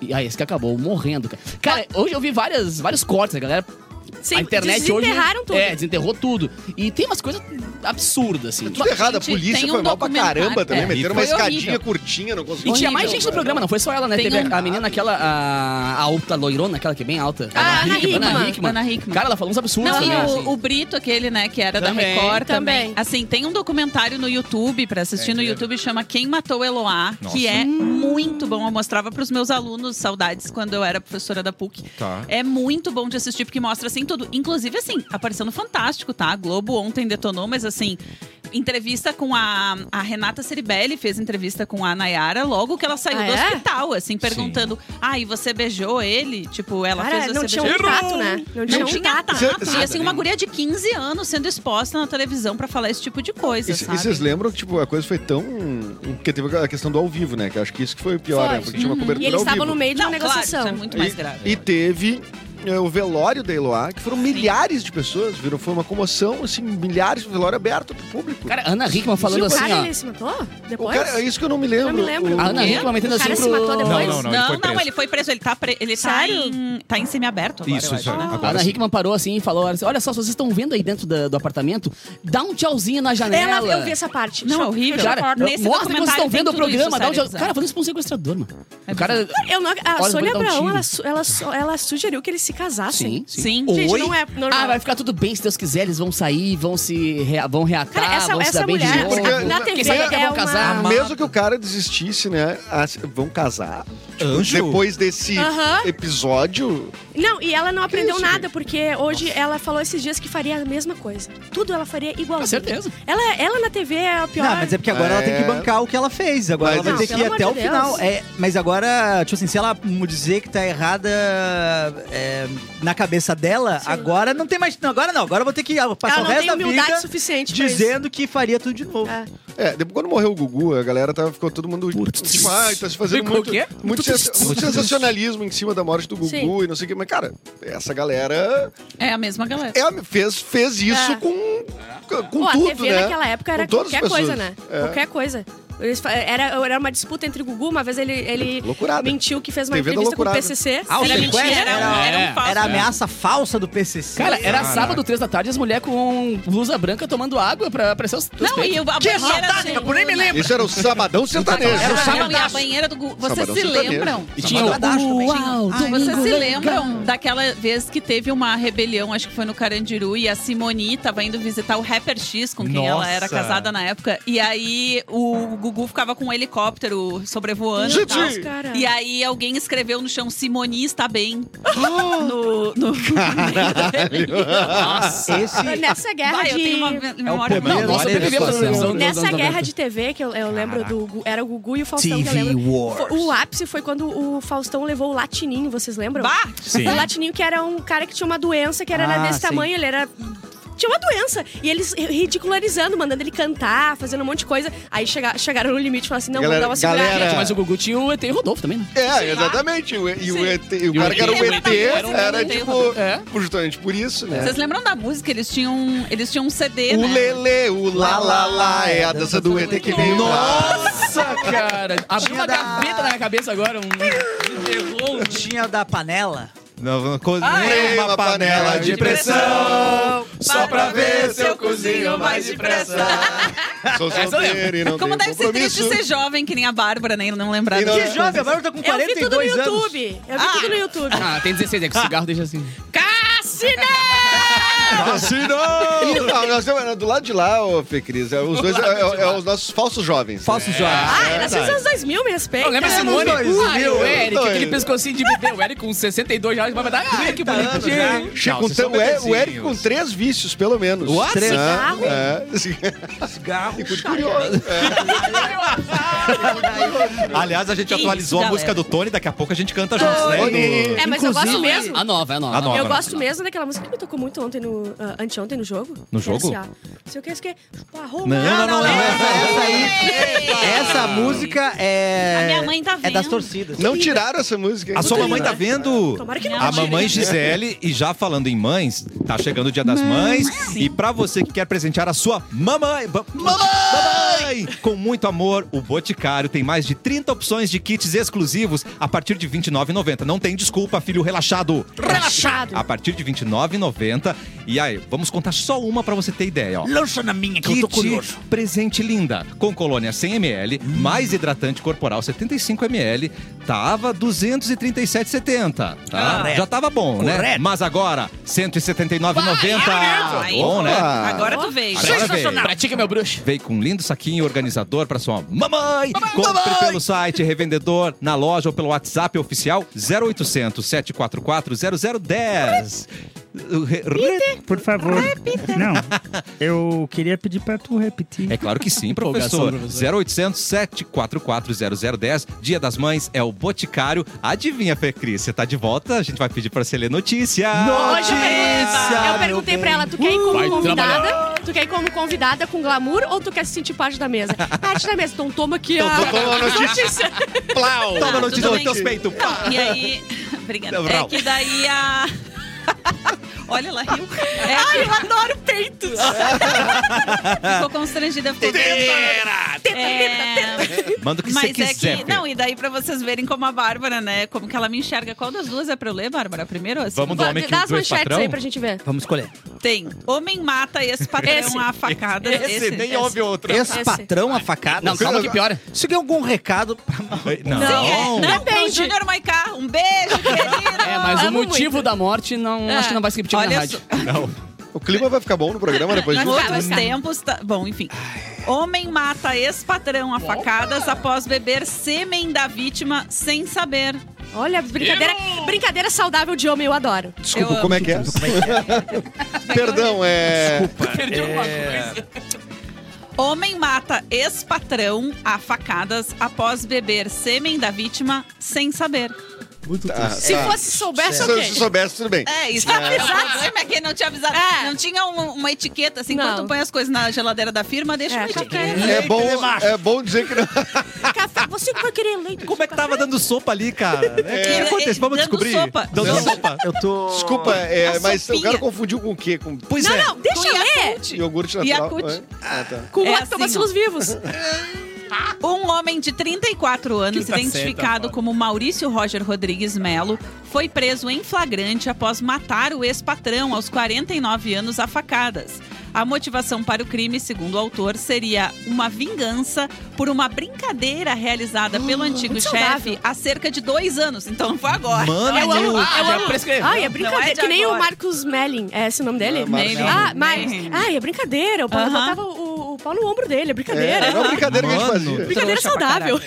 E a ex que acabou morrendo, cara. Cara, hoje eu vi várias, vários cortes, a galera.
Ah. Sim,
a internet hoje.
desenterraram tudo.
É, desenterrou tudo. E tem umas coisas absurdas, assim.
é
Tudo errado, a
Gente,
polícia
tem
foi
um
mal pra
documentário.
caramba também.
É,
Meteram uma
foi horrível.
escadinha curtinha, não
E
conseguiu.
tinha mais gente no programa, não foi só ela, né?
Tem
Teve
um-
a, a menina, aquela. A, a alta loirona, aquela que é bem alta.
Ah, Ana
Ana
Hickman.
Hickman.
Ana Hickman.
Cara, ela falou uns absurdos
Não,
também.
e
assim.
o, o Brito, aquele, né, que era
Também.
da Record também.
Também.
Assim, tem um documentário no YouTube pra assistir no YouTube, chama Quem Matou Eloá,
Nossa.
que é muito bom. Eu mostrava pros meus alunos, saudades, quando eu era professora da PUC.
Tá.
É muito bom de assistir, porque mostra assim tudo. Inclusive, assim, aparecendo fantástico, tá? A Globo ontem detonou, mas assim. Entrevista com a, a Renata Ceribelli, fez entrevista com a Nayara logo que ela saiu
Ah,
do
é?
hospital, assim, perguntando: Ah, e você beijou ele? Tipo, ela fez
Cara,
você
não tinha
beijou.
um tato, né? Não tinha
Não
um
tinha
tato.
tato. E assim, uma guria de 15 anos sendo exposta na televisão pra falar esse tipo de coisa,
E c-
sabe?
e vocês lembram que tipo, a coisa foi tão. Porque teve a questão do ao vivo, né? Que eu acho que isso que foi o pior,
Foi. Uhum.
né? Porque tinha uma
E
cobertura
eles
ao vivo.
estavam no meio de uma
Não, claro, isso
negociação.
é muito mais
E-
grave.
E teve é, o velório da Eloá, que foram milhares de pessoas, viram, foi uma comoção, assim, milhares de velório aberto pro público.
Cara, Ana Hickman falando
o
assim,
cara,
ó.
ele se matou?
o
Depois?
cara, é isso que eu não me lembro.
Ah, Não me lembro.
O-
A Ana
quê?
Hickman metendo
O cara
assim
se matou
pro...
depois?
Não, não, não, ele foi
Não,
preso.
não, ele foi preso. Ele tá, pre... ele tá,
Sério?
em... tá em semiaberto agora,
Isso,
eu
isso. é.
acho, né?
Agora
A Ah, Ana
sim.
Hickman parou assim e falou assim, olha só, vocês estão vendo aí dentro da- do apartamento, dá um tchauzinho na janela.
Ela, eu vi essa parte.
Não, é
Choc-
horrível.
eu
Cara,
Concordo. Nesse
mostra que vocês
documentário
estão
tem
vendo o
tudo
programa,
isso,
dá um tchau.
sério,
Cara, falando isso pra um sequestrador, mano.
É
o cara...
Eu não, a
Olha,
Sônia
vou dar um
Abraão,
tiro.
ela, su- ela, su- ela sugeriu que eles se casassem.
Sim.
Gente,
Oi?
não é normal.
Ah, vai ficar tudo bem, se Deus quiser, eles vão sair, vão se rea- vão reatar,
Cara, essa,
vão se
essa
dar bem de
mulher,
novo.
Porque-
na
Quem
TV,
sabe
é
até vão
uma...
casar.
Mesmo que o cara desistisse, né? ah, se- vão casar. Tipo,
Anjo?
Depois desse
Aham.
episódio.
Não, e ela não aprendeu
isso,
nada,
gente?
porque hoje ela falou esses dias que faria a mesma coisa. Tudo ela faria igual.
Com certeza.
Ela, ela na TV é a pior.
Não, mas é porque agora ela tem que
É.
bancar o que ela fez. Agora
Mas
ela vai
não,
ter que ir
pelo
até o
amor de Deus.
final. É, mas agora, tipo assim, se ela mu- dizer que tá errada é, na cabeça dela, agora não tem mais. Não, agora não. Agora eu vou ter que ah, passar
Ela
o
não
resto
tem
da
humildade
vida
suficiente pra
dizendo que faria tudo de novo.
É.
É, depois quando morreu o Gugu, a galera tava, ficou todo mundo. Tipo, ai, tá se fazendo
Ficou
muito.
o quê?
Muito
Muito
sensa- muito sensacionalismo em cima da morte do Gugu
Sim.
e não sei o que, mas, cara, essa galera
É a mesma galera.
é a- fez, fez isso
É.
com, com
Pô,
tudo,
a TV
né?
naquela época era
Com todas as
qualquer coisa,
pessoas.
né?
É.
Qualquer coisa. Eles fa- Era, era uma disputa entre o Gugu, uma vez ele, ele
Loucurada.
mentiu que fez uma
TV da
entrevista com o
loucurada.
PCC.
Ah, o
era
sequestro?
mentira.
Era, um- era
É.
um falso.
Era a ameaça falsa do PCC.
Cara, era
Caraca.
sábado, três da tarde, as mulheres com blusa branca tomando água pra aparecer os. os
Não,
peitos.
e o- a
que
banheira...
saudade, que eu nem me lembro.
Isso era o Sabadão Sertanejo.
Era, não, e a
sabadaço.
banheira do Gugu. Vocês
Sabadão
se
sertanejo.
lembram?
E tinha o.
Sabadaço também.
Uau,
né?
Ai,
domingo
Vocês se
legal.
lembram daquela vez que teve uma rebelião, acho que foi no Carandiru, e a Simoni tava indo visitar o rapper X, com quem ela
Nossa.
era casada na época. E aí o Gugu ficava com um helicóptero sobrevoando e
Gente!
tal.
Cara.
E aí alguém escreveu no chão, Simoni está bem. no, no...
Nossa. Esse
Nessa guerra
Vai, eu tenho
de...
uma memória.
primeiro-
Não, nós
Olha
sobrevivemos à
só.
televisão.
Nessa guerra de TV, que eu, eu lembro do... Gu- Era o Gugu e o Faustão, que eu
TV
lembro.
Wars.
Foi- O ápice foi quando o Faustão levou o Latininho, vocês lembram?
Bah!
Sim.
O Latininho, que era um cara que tinha uma doença, que era
Ah,
desse
sim.
tamanho, ele era. Tinha uma doença. E eles ridicularizando, mandando ele cantar, fazendo um monte de coisa. Aí chega- chegaram no limite e falaram assim: não,
Galera-
vamos dar uma segurada.
galera-
Mas o Gugu tinha o ET e o Rodolfo também, né?
É,
Sei lá.
exatamente. O, e o,
Sim.
ET, o cara que era o
Era um
ET
ET, era
era
um
tipo.
É.
Justamente por isso, né?
Vocês lembram da música? Eles tinham, eles tinham um CD,
O
né?
lele, o lá lá lá, é a dança do ET que veio.
Nossa, cara! Abriu uma
da-
gaveta na minha cabeça agora. Um... Derrou um
tinha o da panela.
Não, cozinha
é.
uma panela de pressão. Só pra ver se eu cozinho mais depressa.
Sou
Essa eu
solteiro e não
Como
tenho
deve ser triste
compromisso.
ser jovem, que nem a Bárbara, nem não lembrar
E não- é.
disso.
Que jovem, agora eu tô com
Eu vi tudo no
42 anos.
YouTube. Eu vi tudo no YouTube.
Ah, tem 16, é que o cigarro deixa assim.
Ah, né? Assim
E não, Então, nós temos- do lado de lá, ô Fê Cris, é, os dois é, é- é os nossos falsos jovens.
Falso jovem.
É
Ah, nasceu nos anos 2000, me respeita. É,
Não, lembra a Simone?
Anos dois
Ah, e o
mil,
Eric,
dois.
aquele pescocinho de bebê. O Eric com 62 já vai dar. Ah, que bonitinho.
Não,
Chega com
vocês são
tão- é, o Eric
bebezinhos.
com três vícios, pelo menos.
What?
Né?
Cigarro?
É. Cigarro. curioso.
Tá,
Aliás, a gente
Isso,
atualizou
galera.
a música do Tony, daqui a pouco a gente canta juntos, né?
Tony.
É, mas eu gosto
Inclusive-
mesmo.
A nova, é a nova. né?
A nova.
Eu gosto mesmo daquela música que me tocou muito ontem no. ah, anteontem no jogo.
No
Que era
jogo?
Assim, ó, não sei o que, não sei o que. Tipo, arroba.
Não, não, não, não.
Essa, essa aí. Essa música é.
A minha mãe tá
É das
vendo.
torcidas.
Não tiraram essa música. hein?
A sua mamãe tá vendo?
Tomara que não
A
tire.
mamãe Gisele, e já falando em mães, tá chegando o Dia das Mães. E pra você que quer presentear a sua mamãe, ba- mamãe, com muito amor, o Boticário tem mais de 30 opções de kits exclusivos a partir de R$ 29,90. Não tem desculpa, filho relaxado.
Relaxado.
A partir de R$ 29,90. E aí, vamos contar só uma pra você ter ideia, ó.
Lança na minha
Kit presente linda, com colônia 100ml, mais hidratante corporal 75ml, tava 237,70, tá?
Correto.
Já tava bom, né?
Correto.
Mas agora, 179,90.
Ah, aí.
bom, né?
Agora tu veio.
Agora veio.
Pratica, meu bruxo.
Veio com um lindo saquinho organizador pra sua mamãe. Compre pelo site, revendedor, na loja ou pelo WhatsApp oficial 0800 744 0010. O re- re-
Por favor. Não, eu queria pedir pra tu repetir.
É claro que sim,
Empolgação,
professor.
professor.
0800 744 0010. Dia das Mães é o Boticário. Adivinha, Fê Cris, você tá de volta? A gente vai pedir pra você ler notícia.
Hoje eu perguntei, eu
meu
perguntei pra ela, tu quer ir
Vai
como
trabalhar.
convidada? Tu quer ir como convidada com glamour ou tu quer se sentir parte da mesa? Parte da mesa, então toma aqui a
Então toma a notícia. Plau.
Toma
Ah,
notícia
tudo
nos
bem.
teus peitos.
Não, Tá, e aí. Obrigada.
Não,
É
Brau.
que daí a. Olha, ela riu. É Ai, eu adoro peitos! Ficou constrangida. Ficou é...
Manda o que você
Mas é
quiser.
que.
Fê.
Não, e daí pra vocês verem como a Bárbara, né? Como que ela me enxerga. Qual das duas é pra eu ler, Bárbara? A primeira ou a segunda?
Vamos do homem que
Dá as
o
manchetes
ex-patrão?
aí pra gente ver.
Vamos escolher.
Tem. Homem mata ex-patrão a facadas.
Esse, nem é houve outro.
Esse patrão a facada.
Não, calma que piora.
Se tem algum recado.
Não.
Não,
Não.
não, pro
Depende.
Júnior Maicá. Um beijo, querido.
É, mas o
Amo
motivo
muito.
da morte não,
É.
acho que não vai se repetir na
Olha
rádio.
só.
O clima vai ficar bom no programa depois
Em
de
outros
ficar.
tempos. tá- Bom, enfim. Homem mata ex-patrão a facadas após beber sêmen da vítima sem saber.
Olha, brincadeira, brincadeira saudável de homem, eu adoro.
Desculpa,
Eu-
como é que é? Perdão, é.
Homem mata ex-patrão a facadas após beber sêmen da vítima sem saber.
Muito
Tá,
triste.
Se
tá.
fosse soubesse,
Se
ok.
se soubesse, tudo bem.
É, isso. O problema é que não tinha avisado.
É.
Não tinha uma, uma etiqueta assim,
Não.
quando tu põe as coisas na geladeira da firma, deixa
É,
uma
etiqueta.
etiqueta.
É bom, é bom dizer que não.
Café, você vai querer leite.
Como é que tava dando sopa ali, cara? O que
É,
aconteceu? Vamos
dando
descobrir.
sopa.
Dando
Não.
sopa.
Eu tô.
Desculpa, é,
A
mas o cara
sopinha.
confundiu com o quê? Com
Pois
Não,
é.
não, deixa
Com
eu ler.
Yakult.
iogurte natural?
Yakult.
É? Ah, tá.
Com
É
lactobacilos vivos.
Um homem de 34 anos,
tá
Quinta seta,
identificado
foda.
como Maurício Roger Rodrigues Melo, foi preso em flagrante após matar o ex-patrão aos 49 anos a facadas. A motivação para o crime, segundo o autor, seria uma vingança por uma brincadeira realizada pelo antigo
Hum, muito
chefe
saudável.
há cerca de dois anos. Então não foi agora.
Mano,
Não é de agora.
Já prescreveu.
Ai, é
Não é
brincadeira.
de
que nem o
agora.
Marcos Melling. É esse o nome dele?
Ah, Marcos
Melling.
Ah, Marcos.
Melling.
Ai, é brincadeira. O Paulo
Aham.
botava o, o pau no ombro dele. É
É,
brincadeira.
era uma brincadeira que a gente
Mano.
fazia.
Brincadeira
Trouxa pra
saudável.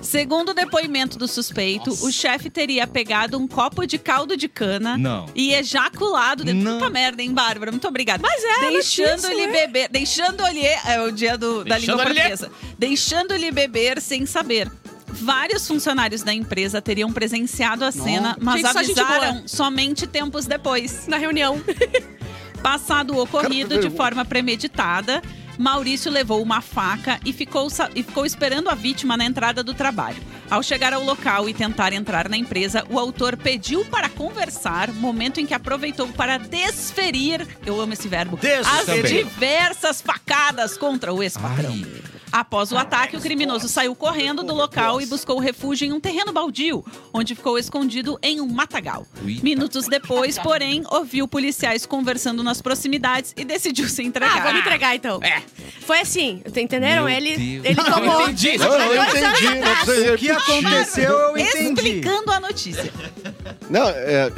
Segundo o depoimento do suspeito, o chefe teria pegado um copo de caldo de cana
Não.
e ejaculado dentro.
Não.
Puta merda, hein, Bárbara? Muito obrigada. Mas
é
Deixando-lhe
notícia, né?
beber. Deixando-lhe. É o dia do, da língua
Deixando-lhe.
portuguesa. Deixando-lhe beber sem saber. Vários funcionários da empresa teriam presenciado a cena, mas
Gente, só gente boa.
avisaram somente tempos depois.
Na reunião.
Passado o ocorrido
Cara,
de forma premeditada, Maurício levou uma faca e ficou, sa- e ficou esperando a vítima na entrada do trabalho. Ao chegar ao local e tentar entrar na empresa, o autor pediu para conversar, momento em que aproveitou para desferir, eu amo esse verbo, as
Também.
diversas facadas contra o ex-patrão. Após o ataque, o criminoso saiu correndo do local e buscou refúgio em um terreno baldio, onde ficou escondido em um matagal.
Eita.
Minutos depois, porém, ouviu policiais conversando nas proximidades e decidiu se
Ah,
entregar.
vamos entregar então.
É.
Foi assim, entenderam?
Meu
ele
Deus.
ele tomou.
entendi.
Não, eu entendi. Não precisa
O que aconteceu, eu entendi.
Explicando a notícia.
Não, é,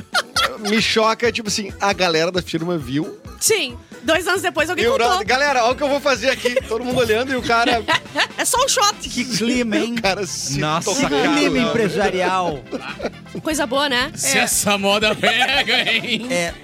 me choca, tipo assim, a galera da firma viu.
Sim. Dois anos depois alguém
E o
contou.
Ronaldo, galera, olha o que eu vou fazer aqui. Todo mundo olhando e o cara.
É só um shot.
Que clima, hein?
O cara se né?
Nossa,
tocou,
cara.
Clima
não.
empresarial.
Coisa boa, né?
Se essa moda pega, hein?
É.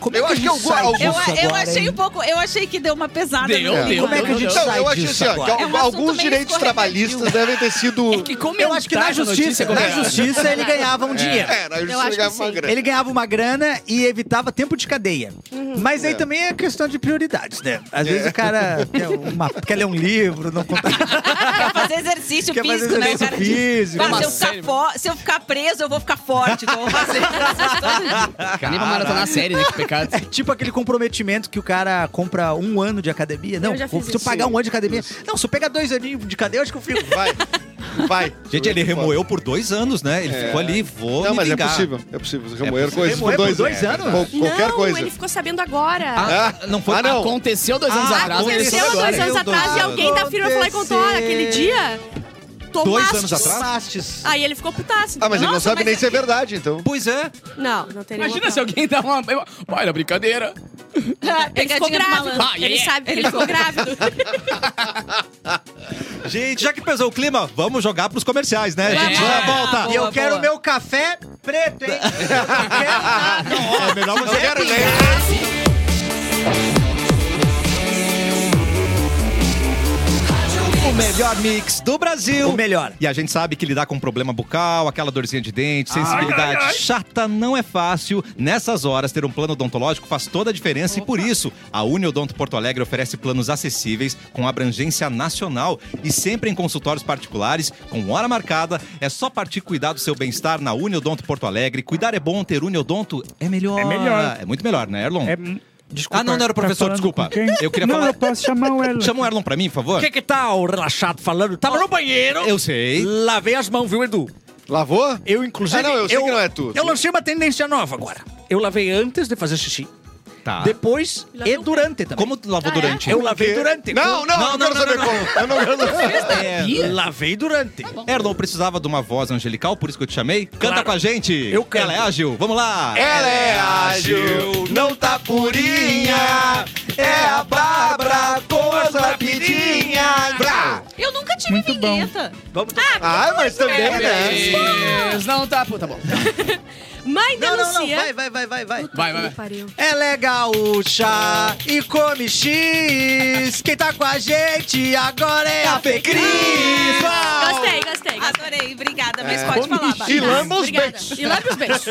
Como
Eu
é
acho
que a
que
gente
algum-
sai
algum-
disso
Eu, eu
agora,
achei
hein?
um pouco. Eu achei que deu uma pesada.
Deu,
no clima.
Como é que a gente
Não,
sai
eu acho
disso
assim, ó, que
agora?
É um assunto
alguns
meio
direitos trabalhistas devem ter sido.
É que como
Eu acho que na justiça, na justiça ele ganhava um dinheiro.
É, na
acho
justiça
que
ligava uma
sim.
grana.
Ele ganhava uma grana e evitava tempo de cadeia.
Uhum.
Mas aí
É.
também é questão de prioridades, né? Às vezes o
É.
cara quer, uma- quer ler um livro, não conta
Quer fazer exercício
Quer
físico,
fazer
né? O
exercício
cara
Tipo,
diz,
físico.
"Ah, se, eu ficar fo- se eu ficar preso, eu vou ficar forte. Então eu vou fazer exercício todo dia."
Nem pra maratonar a série, né? Que pecado.
É tipo aquele comprometimento que o cara compra um ano de academia. Não,
Eu já
vou-
fiz
se eu
isso.
pagar um ano de academia. Não, se eu pegar dois aninhos de cadeia, eu acho que eu fico.
Vai. Vai.
Gente, ele remoeu por dois anos, né? Ele ficou ali, vou
Não,
me
mas
vingar.
é possível. É possível. Remoer
possível.
coisas por
Remoer
dois,
por dois anos?
Qual- É, qualquer
não,
coisa.
ele ficou sabendo agora.
Ah, não foi.
Ah, não.
Aconteceu dois anos
Ah,
atrás.
aconteceu.
Aconteceu há dois
agora,
anos
meu
atrás
Deus.
e alguém da firma foi lá e contou "Olha, aquele dia.
Dois
Tomaste.
anos atrás?
Tomastes.
Aí ele ficou putaço.
Ah, mas ele não
Nossa,
sabe nem se é
é-
verdade, então.
Pois é.
Não, não tem nenhuma
Imagina se
prova.
alguém dá uma. Olha, brincadeira.
Ele ficou
Pegadinha do
grávido.
malandro.
Ah,
Ele
yeah.
sabe que ele ficou grávido.
Gente, já que pesou o clima, vamos jogar pros comerciais, né, gente?
Vamos.
Já
Ah,
volta.
E eu
Boa,
quero
boa.
meu café preto, hein? Eu não quero nada.
É melhor você...
quero ler.
O melhor mix do Brasil.
O melhor.
E a gente sabe que lidar com um problema bucal, aquela dorzinha de dente, sensibilidade chata não é fácil. Nessas horas, ter um plano odontológico faz toda a diferença e por isso a Uniodonto Porto Alegre oferece planos acessíveis com abrangência nacional e sempre em consultórios particulares, com hora marcada. É só partir cuidar do seu bem-estar na Uniodonto Porto Alegre. Cuidar é bom, ter Uniodonto é melhor.
É melhor.
É muito melhor, né, Erlon?
É, desculpa,
Ah, não, não era o
tá
professor,
falando
desculpa.
com quem?
Eu queria
não,
falar-
eu posso chamar o Ellen.
Chama o Erlon pra mim, por favor.
que tá o relaxado falando? Tava no
é
banheiro.
Eu sei.
Lavei as mãos, viu, Edu?
Lavou?
Eu, inclusive.
Ah, não, eu sei que não é tu.
Eu lancei uma tendência nova agora. Eu lavei antes de fazer xixi,
Tá.
depois
Lavei
e
o
durante também.
Como tu lavou
Ah, é?
durante?
Eu lavei durante.
Não,
Não,
não,
não,
não, quero
não,
saber
não,
como. Eu não quero saber.
É,
Lavei durante.
Tá
Erlon, eu precisava de uma voz angelical, por isso que eu te chamei. Canta
Claro.
com a gente.
Eu canto.
Ela é ágil, vamos lá.
Ela é ágil, não tá purinha. É a Bárbara com as rapidinhas. Brá.
Eu nunca tive
Muito bom.
vinheta.
Vamos
Ah, mas também, né?
Mas não tá, pô, tá bom.
Mãe
Não, não, não.
denuncia.
Vai, vai, vai, vai, vai.
Vai, vai, vai.
Pariu.
Ela é gaúcha e come X. Quem tá com a gente agora é a Fecris.
Ah, Gostei, gostei. gostei.
Adorei, obrigada,
É.
mas pode
Como
falar,
que
Bárbara.
se lama os
Obrigada.
beijos.
E lambe os beijos.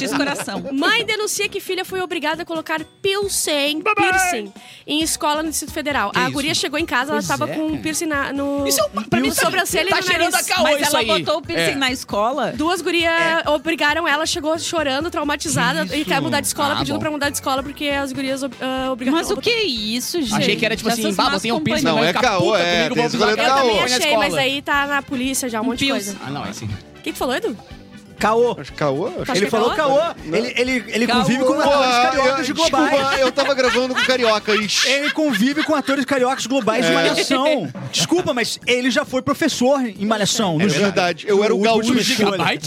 X coração.
Mãe denuncia que filha foi obrigada a colocar pilsen, piercing, em escola no Distrito Federal. a
isso?
guria chegou em casa,
Pois
ela tava
é,
com um
cara.
piercing na, no...
Isso é um- pra mim
no
tá-
sobrancelha
tá
e no
cheirando
nariz.
a É. caô.
Mas
isso
ela
aí.
botou o piercing
É.
na escola?
Duas gurias obrigaram ela, chegou chorando, traumatizada,
Que
e
isso?
quer mudar de escola,
Ah,
pedindo
bom.
pra mudar de escola, porque as gurias ob- ah, obrigaram
Mas o que é isso, gente?
Achei que era tipo assim,
Essas
bah,
más
botei um piercing,
companhias.
Não,
vai
é
ficar
caô,
puta
é,
comigo,
tem
vou
esse rolê
Eu
mandar
do
ela
caô.
também
pra minha
achei,
Tá escola.
mas aí tá na polícia já um,
Um
monte de
piercing.
coisa.
Ah, não, é assim.
O que, que falou, Edu?
Caô.
Acho que caô. acho
Acho
Ele
que é
falou
caô?
caô. Ele, ele, ele
Caô.
convive com atores
Porra,
cariocas de globais. É
Desculpa, eu tava gravando com carioca. Ixi.
Ele convive com atores cariocas globais
É.
de Malhação. Desculpa, mas ele já foi professor em Malhação.
É
no-
verdade, eu era o
no Múltipla
gaúcho.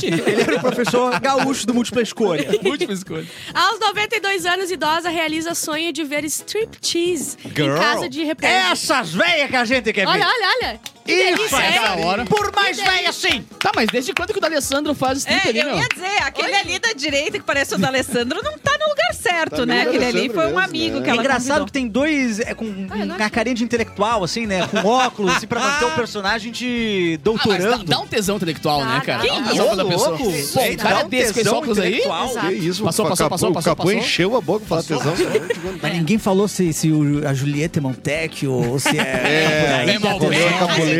Escolha. Ele era o professor gaúcho do Múltipla Escolha.
Última escolha.
Aos 92 anos, idosa realiza sonho de ver striptease
Girl.
em casa de repouso.
É
é
Essas velhas que a gente quer ver.
Olha, olha, olha. Que delícia,
Isso,
hein?
da hora.
Por mais velha assim.
Tá, mas desde quando que o D'Alessandro faz strip
É,
ali,
eu
meu?
ia dizer, aquele ali da direita que parece o do Alessandro não tá no lugar certo,
Tá
né?
meio
Aquele ali
Alessandro
foi um
mesmo,
amigo
né?
que
É
ela
engraçado que
convidou.
tem dois. É, com uma carinha de intelectual, assim, né? Com óculos, e pra manter o personagem de
Ah, mas dá,
doutorando.
dá um tesão intelectual, né,
Dá, dá,
cara? Dá um
dá.
tesão
Ô,
pela pessoa.
louco.
Pô, um
Dá
cara
um
desse com esse
tesão
óculos aí...
intelectual.
Que isso,
Passou,
o
passou,
Capu-
passou,
o
passou,
Capu
passou.
encheu a boca pra falar tesão. né?
Mas ninguém falou se, se o- a Julieta é Montec ou se é.
É,
Ida
Montec.
Coroa.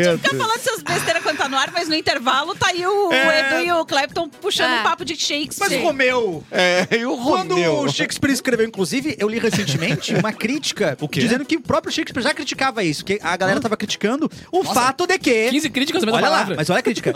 A gente fica
Capuleta.
falando essas besteiras quando tá no ar, mas no intervalo tá aí o, o Edu e o Clapton puxando
É.
um papo de Shakespeare.
É. Mas Romeu.
É, e o
Quando
Romeu.
o Shakespeare escreveu, inclusive, eu li recentemente uma crítica
O quê?
dizendo que o próprio Shakespeare já criticava isso, que a galera tava criticando o
Nossa.
fato de que.
15 críticas na mesma
Olha lá,
palavra.
mas olha a crítica.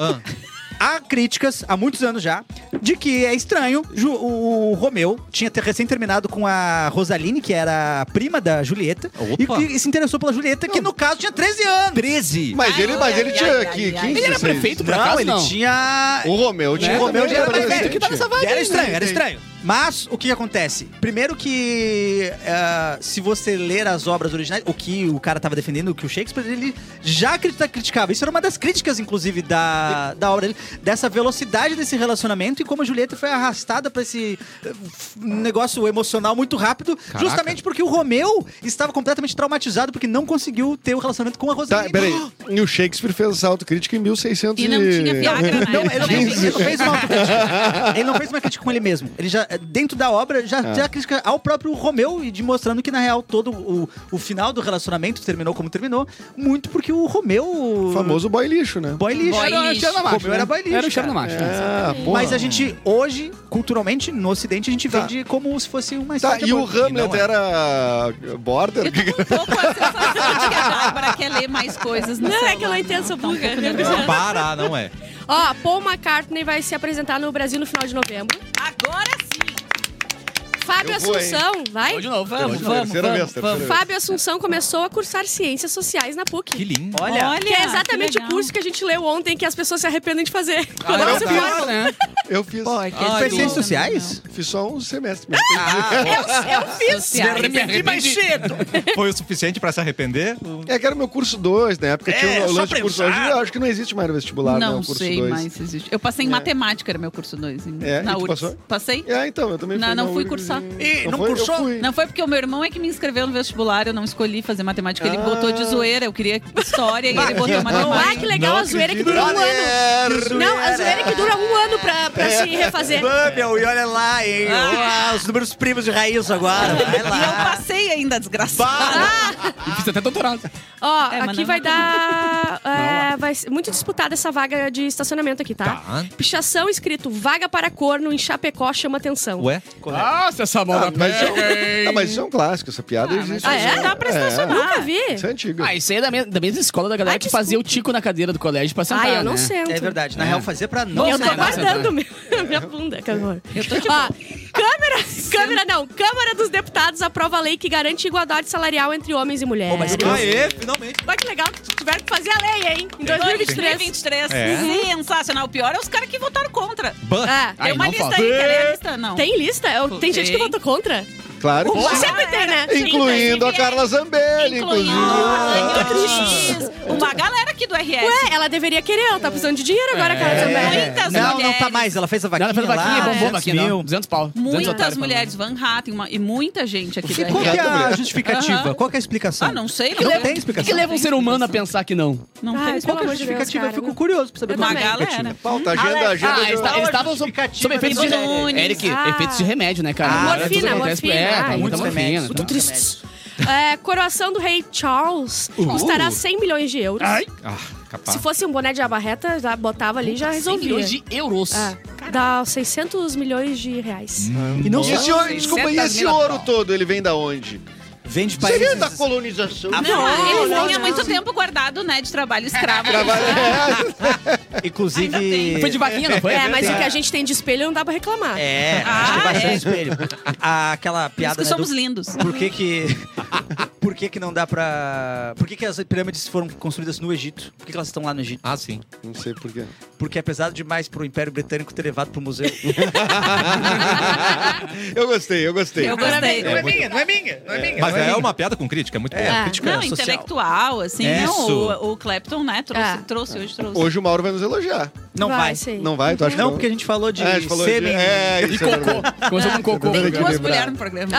Há críticas, há muitos anos já, de que é estranho Ju- o, o Romeu tinha ter- recém terminado com a Rosaline, que era a prima da Julieta, e,
Opa.
que se interessou pela Julieta, que no caso tinha 13 anos.
13.
Mas ele, mas ele
Ai,
tinha
ai,
aqui
ai, ai.
15,
Ele era
16.
prefeito, por acaso,
ele
não?
tinha...
O Romeu tinha
O Né? Romeu já era mais velho
que tá nessa
E Era estranho, era estranho. Mas o que acontece? Primeiro que eh, se você ler as obras originais, o que o cara tava defendendo, o que o Shakespeare, ele já criti- criticava. Isso era uma das críticas, inclusive, da, da obra dele, dessa velocidade desse relacionamento e como a Julieta foi arrastada pra esse eh, f- negócio emocional muito rápido,
Caraca.
justamente porque o Romeu estava completamente traumatizado porque não conseguiu ter o relacionamento com a
Tá,
Rosaline.
peraí. E o Shakespeare fez essa autocrítica em 1600
E não tinha Viagra, né?
Não, é ele não, fez,
Também.
ele não fez uma autocrítica. Ele não fez uma crítica com ele mesmo. Ele já, dentro da obra, já
Ah.
já crítica ao próprio Romeu e de mostrando que, na real, todo o, o final do relacionamento terminou como terminou, muito porque o Romeu.
O famoso boy lixo, né?
Boy lixo.
Boy
era,
lixo.
Cheiro na macho, Romeu era boy lixo.
Era o cheiro
cara.
na macho. né?
Ah, porra.
Mas a gente, hoje, culturalmente, no ocidente, a gente
Tá.
vende como se fosse uma
Tá,
história
e
boa.
o Hamlet
não é.
era border?
Eu tô com um pouco a sensação de que a Bárbara quer ler mais coisas no
Não, é
celular.
que eu não entendo, sou
Tá um
burra.
pouco nervosa.
Para, não é.
Ó, Paul McCartney vai se apresentar no Brasil no final de novembro.
Agora sim.
Fábio
Eu vou, hein?
Assunção, vai?
Vamos de novo, vamos,
Hoje,
vamos.
terceira vez, terceira vez.
Fábio Assunção começou a cursar Ciências Sociais na PUC.
Que lindo.
Olha.
Que é exatamente o curso que a gente leu ontem que as pessoas se arrependem de fazer.
Ah,
Quando
Agora
elas
você
se
fala,
formam.
né?
Eu fiz,
Foi
Ai,
ciências
não.
sociais?
fiz só um semestre.
Eu fiz.
arrependi mais cedo.
Foi o suficiente pra se arrepender?
É que era o meu curso 2, na época tinha o
só
lance
pra
de curso 2. Eu acho que não existe mais no vestibular, né?
Não
O curso
sei
dois.
mais se existe. Eu passei em matemática, era meu curso 2.
É, e
Na
tu
URGS.
passou?
Passei?
É, então, eu também
Não,
fui
não
na
fui
URGS.
cursar.
Ih, não
foi? Eu
cursou?
fui.
Não foi porque o meu irmão é que me inscreveu no vestibular, eu não escolhi fazer matemática. Ele
Ah.
botou de zoeira, eu queria história e ele botou
Ah, que
matemática.
legal,
Não
a zoeira que
acredito. é
dura um ano.
Brother!
Não, a zoeira que dura um ano pra, pra se refazer.
É.
Bubble, e olha lá, hein?
Ah.
Olha os números primos de raiz agora. Vai
é um
E eu
lá.
passei ainda, desgraçado.
E fiz até doutorado.
Ó,
É, mas
aqui
não
vai
é
dar. é, vai ser muito disputada essa vaga de estacionamento aqui, tá?
Tá.
Pichação escrito vaga para corno em Chapecó chama atenção.
É?
Ué?
Nossa, essa mão
Ah,
da
mas, isso
pega,
é um,
hein?
ah, mas isso é um clássico, essa piada existe.
Ah, é? Dá pra estacionar. Nunca vi.
Isso é antigo.
Ah, isso aí é da, me- da mesma escola da galera
Ah,
que fazia o tico na cadeira do colégio pra sentar,
Ah, eu não
né?
sento.
É verdade. é Na real, fazia pra não
Eu
Nossa,
tô
né?
guardando meu, minha bunda, que horror. Ó, Câmara, câmara não, Câmara dos Deputados aprova a lei que garante igualdade salarial entre homens e mulheres.
mas que-
Aê, finalmente.
Olha que legal, tiveram que fazer a lei, hein? Em 2023.
2023.
É.
Uhum.
Sensacional. O pior é os caras que votaram contra.
Ban.
É.
Tem
Ai,
uma
não
lista
fala.
aí, quer ler a lista? Ah, Não.
Tem lista? Eu- tem gente que
Tem.
votou contra?
claro que sim.
Sempre tem, né?
Incluindo a Carla Zambelli,
Incluindo
inclusive.
Ah,
a Anil Diniz, uma galera aqui do RS.
Ué, ela deveria querer, ela tá precisando de dinheiro agora, Carla Zambelli.
Muitas
Não, não
mulheres.
tá mais. Ela fez a vaquinha
Ela fez vaquinha,
lá,
bombou
200
aqui, não.
mil.
200 pau. 200
Muitas
otários,
mulheres, Van Hatten uma- e muita gente aqui
E
do
qual que
RS.
é
Obrigado,
a
mulher.
justificativa?
Aham.
Qual que é a explicação?
Ah, não sei.
pelo
Não
amor-
tem
O que
explicação.
leva um ser humano a pensar que não?
Não
Ah,
tem.
isso
Qual
Pelo amor de
Qual
que é a
Deus,
justificativa?
cara.
Eu fico curioso pra saber
Eu
qual
Uma
que é a
também.
galera.
Pauta, agenda, agenda.
Ah, eles
agenda.
ta- eles estavam sob
justificativa
sob efeitos de
dos Nunes.
Eric,
Ah.
efeitos de remédio, né, cara?
Ah,
Tudo
morfina,
acontece-
morfina.
É, tá,
Ai,
muita
muitos remédios,
morfina.
muito
tá.
triste.
É, coração do rei Charles custará 100 milhões de euros.
Ah, capaz.
Se fosse um boné de aba reta, já botava ali e já
100
resolvia.
milhões de euros.
Ah, dá 600 milhões de reais.
E não
E esse
só
ouro, desculpa, e esse ouro todo, ele vem da onde?
vende
Seria
países...
da colonização.
Não, eles
não, não.
tinham muito tempo guardado, né, de trabalho escravo. Ainda tem.
Inclusive...
Foi de vaquinha, não foi?
É, mas o que a gente tem de espelho não dá pra reclamar.
É,
Ah,
acho que tem bastante
é.
espelho. Ah, Aquela
Por isso
piada,
que
né,
somos
do-
lindos.
Por que que... Por que que não dá pra... Por que que as pirâmides foram construídas no Egito? Por que que elas estão lá no Egito?
Ah, sim.
Não sei porquê.
Porque é pesado demais pro Império Britânico ter levado pro museu.
Eu gostei, eu gostei.
Eu gostei.
É muito-
minha, não é minha, não é minha.
Mas é uma piada com crítica, é muito boa.
É,
Ah.
crítica
Não,
social.
intelectual, assim.
Isso.
Não, o, o Clapton, né, trouxe,
Ah.
trouxe, hoje trouxe.
Hoje o Mauro vai nos elogiar.
Não vai.
sim.
Não vai? Tu acha
Não,
que
porque a gente falou de
É, a gente falou de...
sêmen.
É,
E
isso é verdade.
cocô. Começou com cocô.
Tem
Verdade.
duas
lembrar.
mulheres no programa.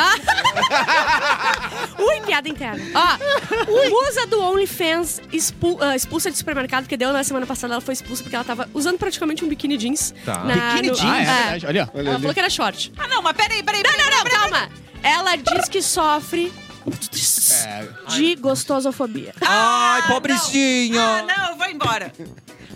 Ui, piada interna. Ó, musa do OnlyFans expu- ah, expulsa de supermercado, que deu na semana passada, ela foi expulsa porque ela tava usando praticamente um biquíni jeans.
Tá.
Biquíni jeans? Ah, é verdade. Olha, ó.
Olha
Ela
ali.
falou que era short.
Ah, não, mas peraí, peraí.
Não, não, não, calma. Ela diz que sofre
É.
de gostosofobia.
Ai, pobrezinho.
Ah, não, eu vou embora.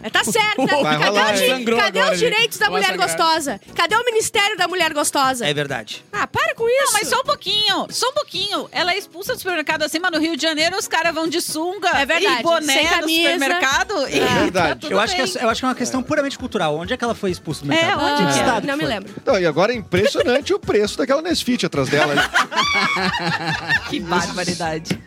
É, Tá certo, né?
Vai
Cadê, o
rolar,
di-
hein? um Sangrou
cadê
agora
os
ali.
direitos da
Vai
mulher
sangrar.
gostosa? Cadê o Ministério da Mulher Gostosa?
É verdade.
Ah, para com isso.
Não, mas só um pouquinho, só um pouquinho. Ela é expulsa do supermercado assim, mas no Rio de Janeiro os caras vão de sunga
É verdade,
e boné
sem
no
camisa.
supermercado. e
É verdade.
tá tudo
Eu acho, que
bem.
é, eu acho que é uma questão puramente cultural. Onde é que ela foi expulsa do
É,
um
mercado?
onde
Que
Ah,
estado
Não me
foi?
lembro.
Não, e agora é impressionante o preço daquela Nesfit atrás dela.
Que barbaridade.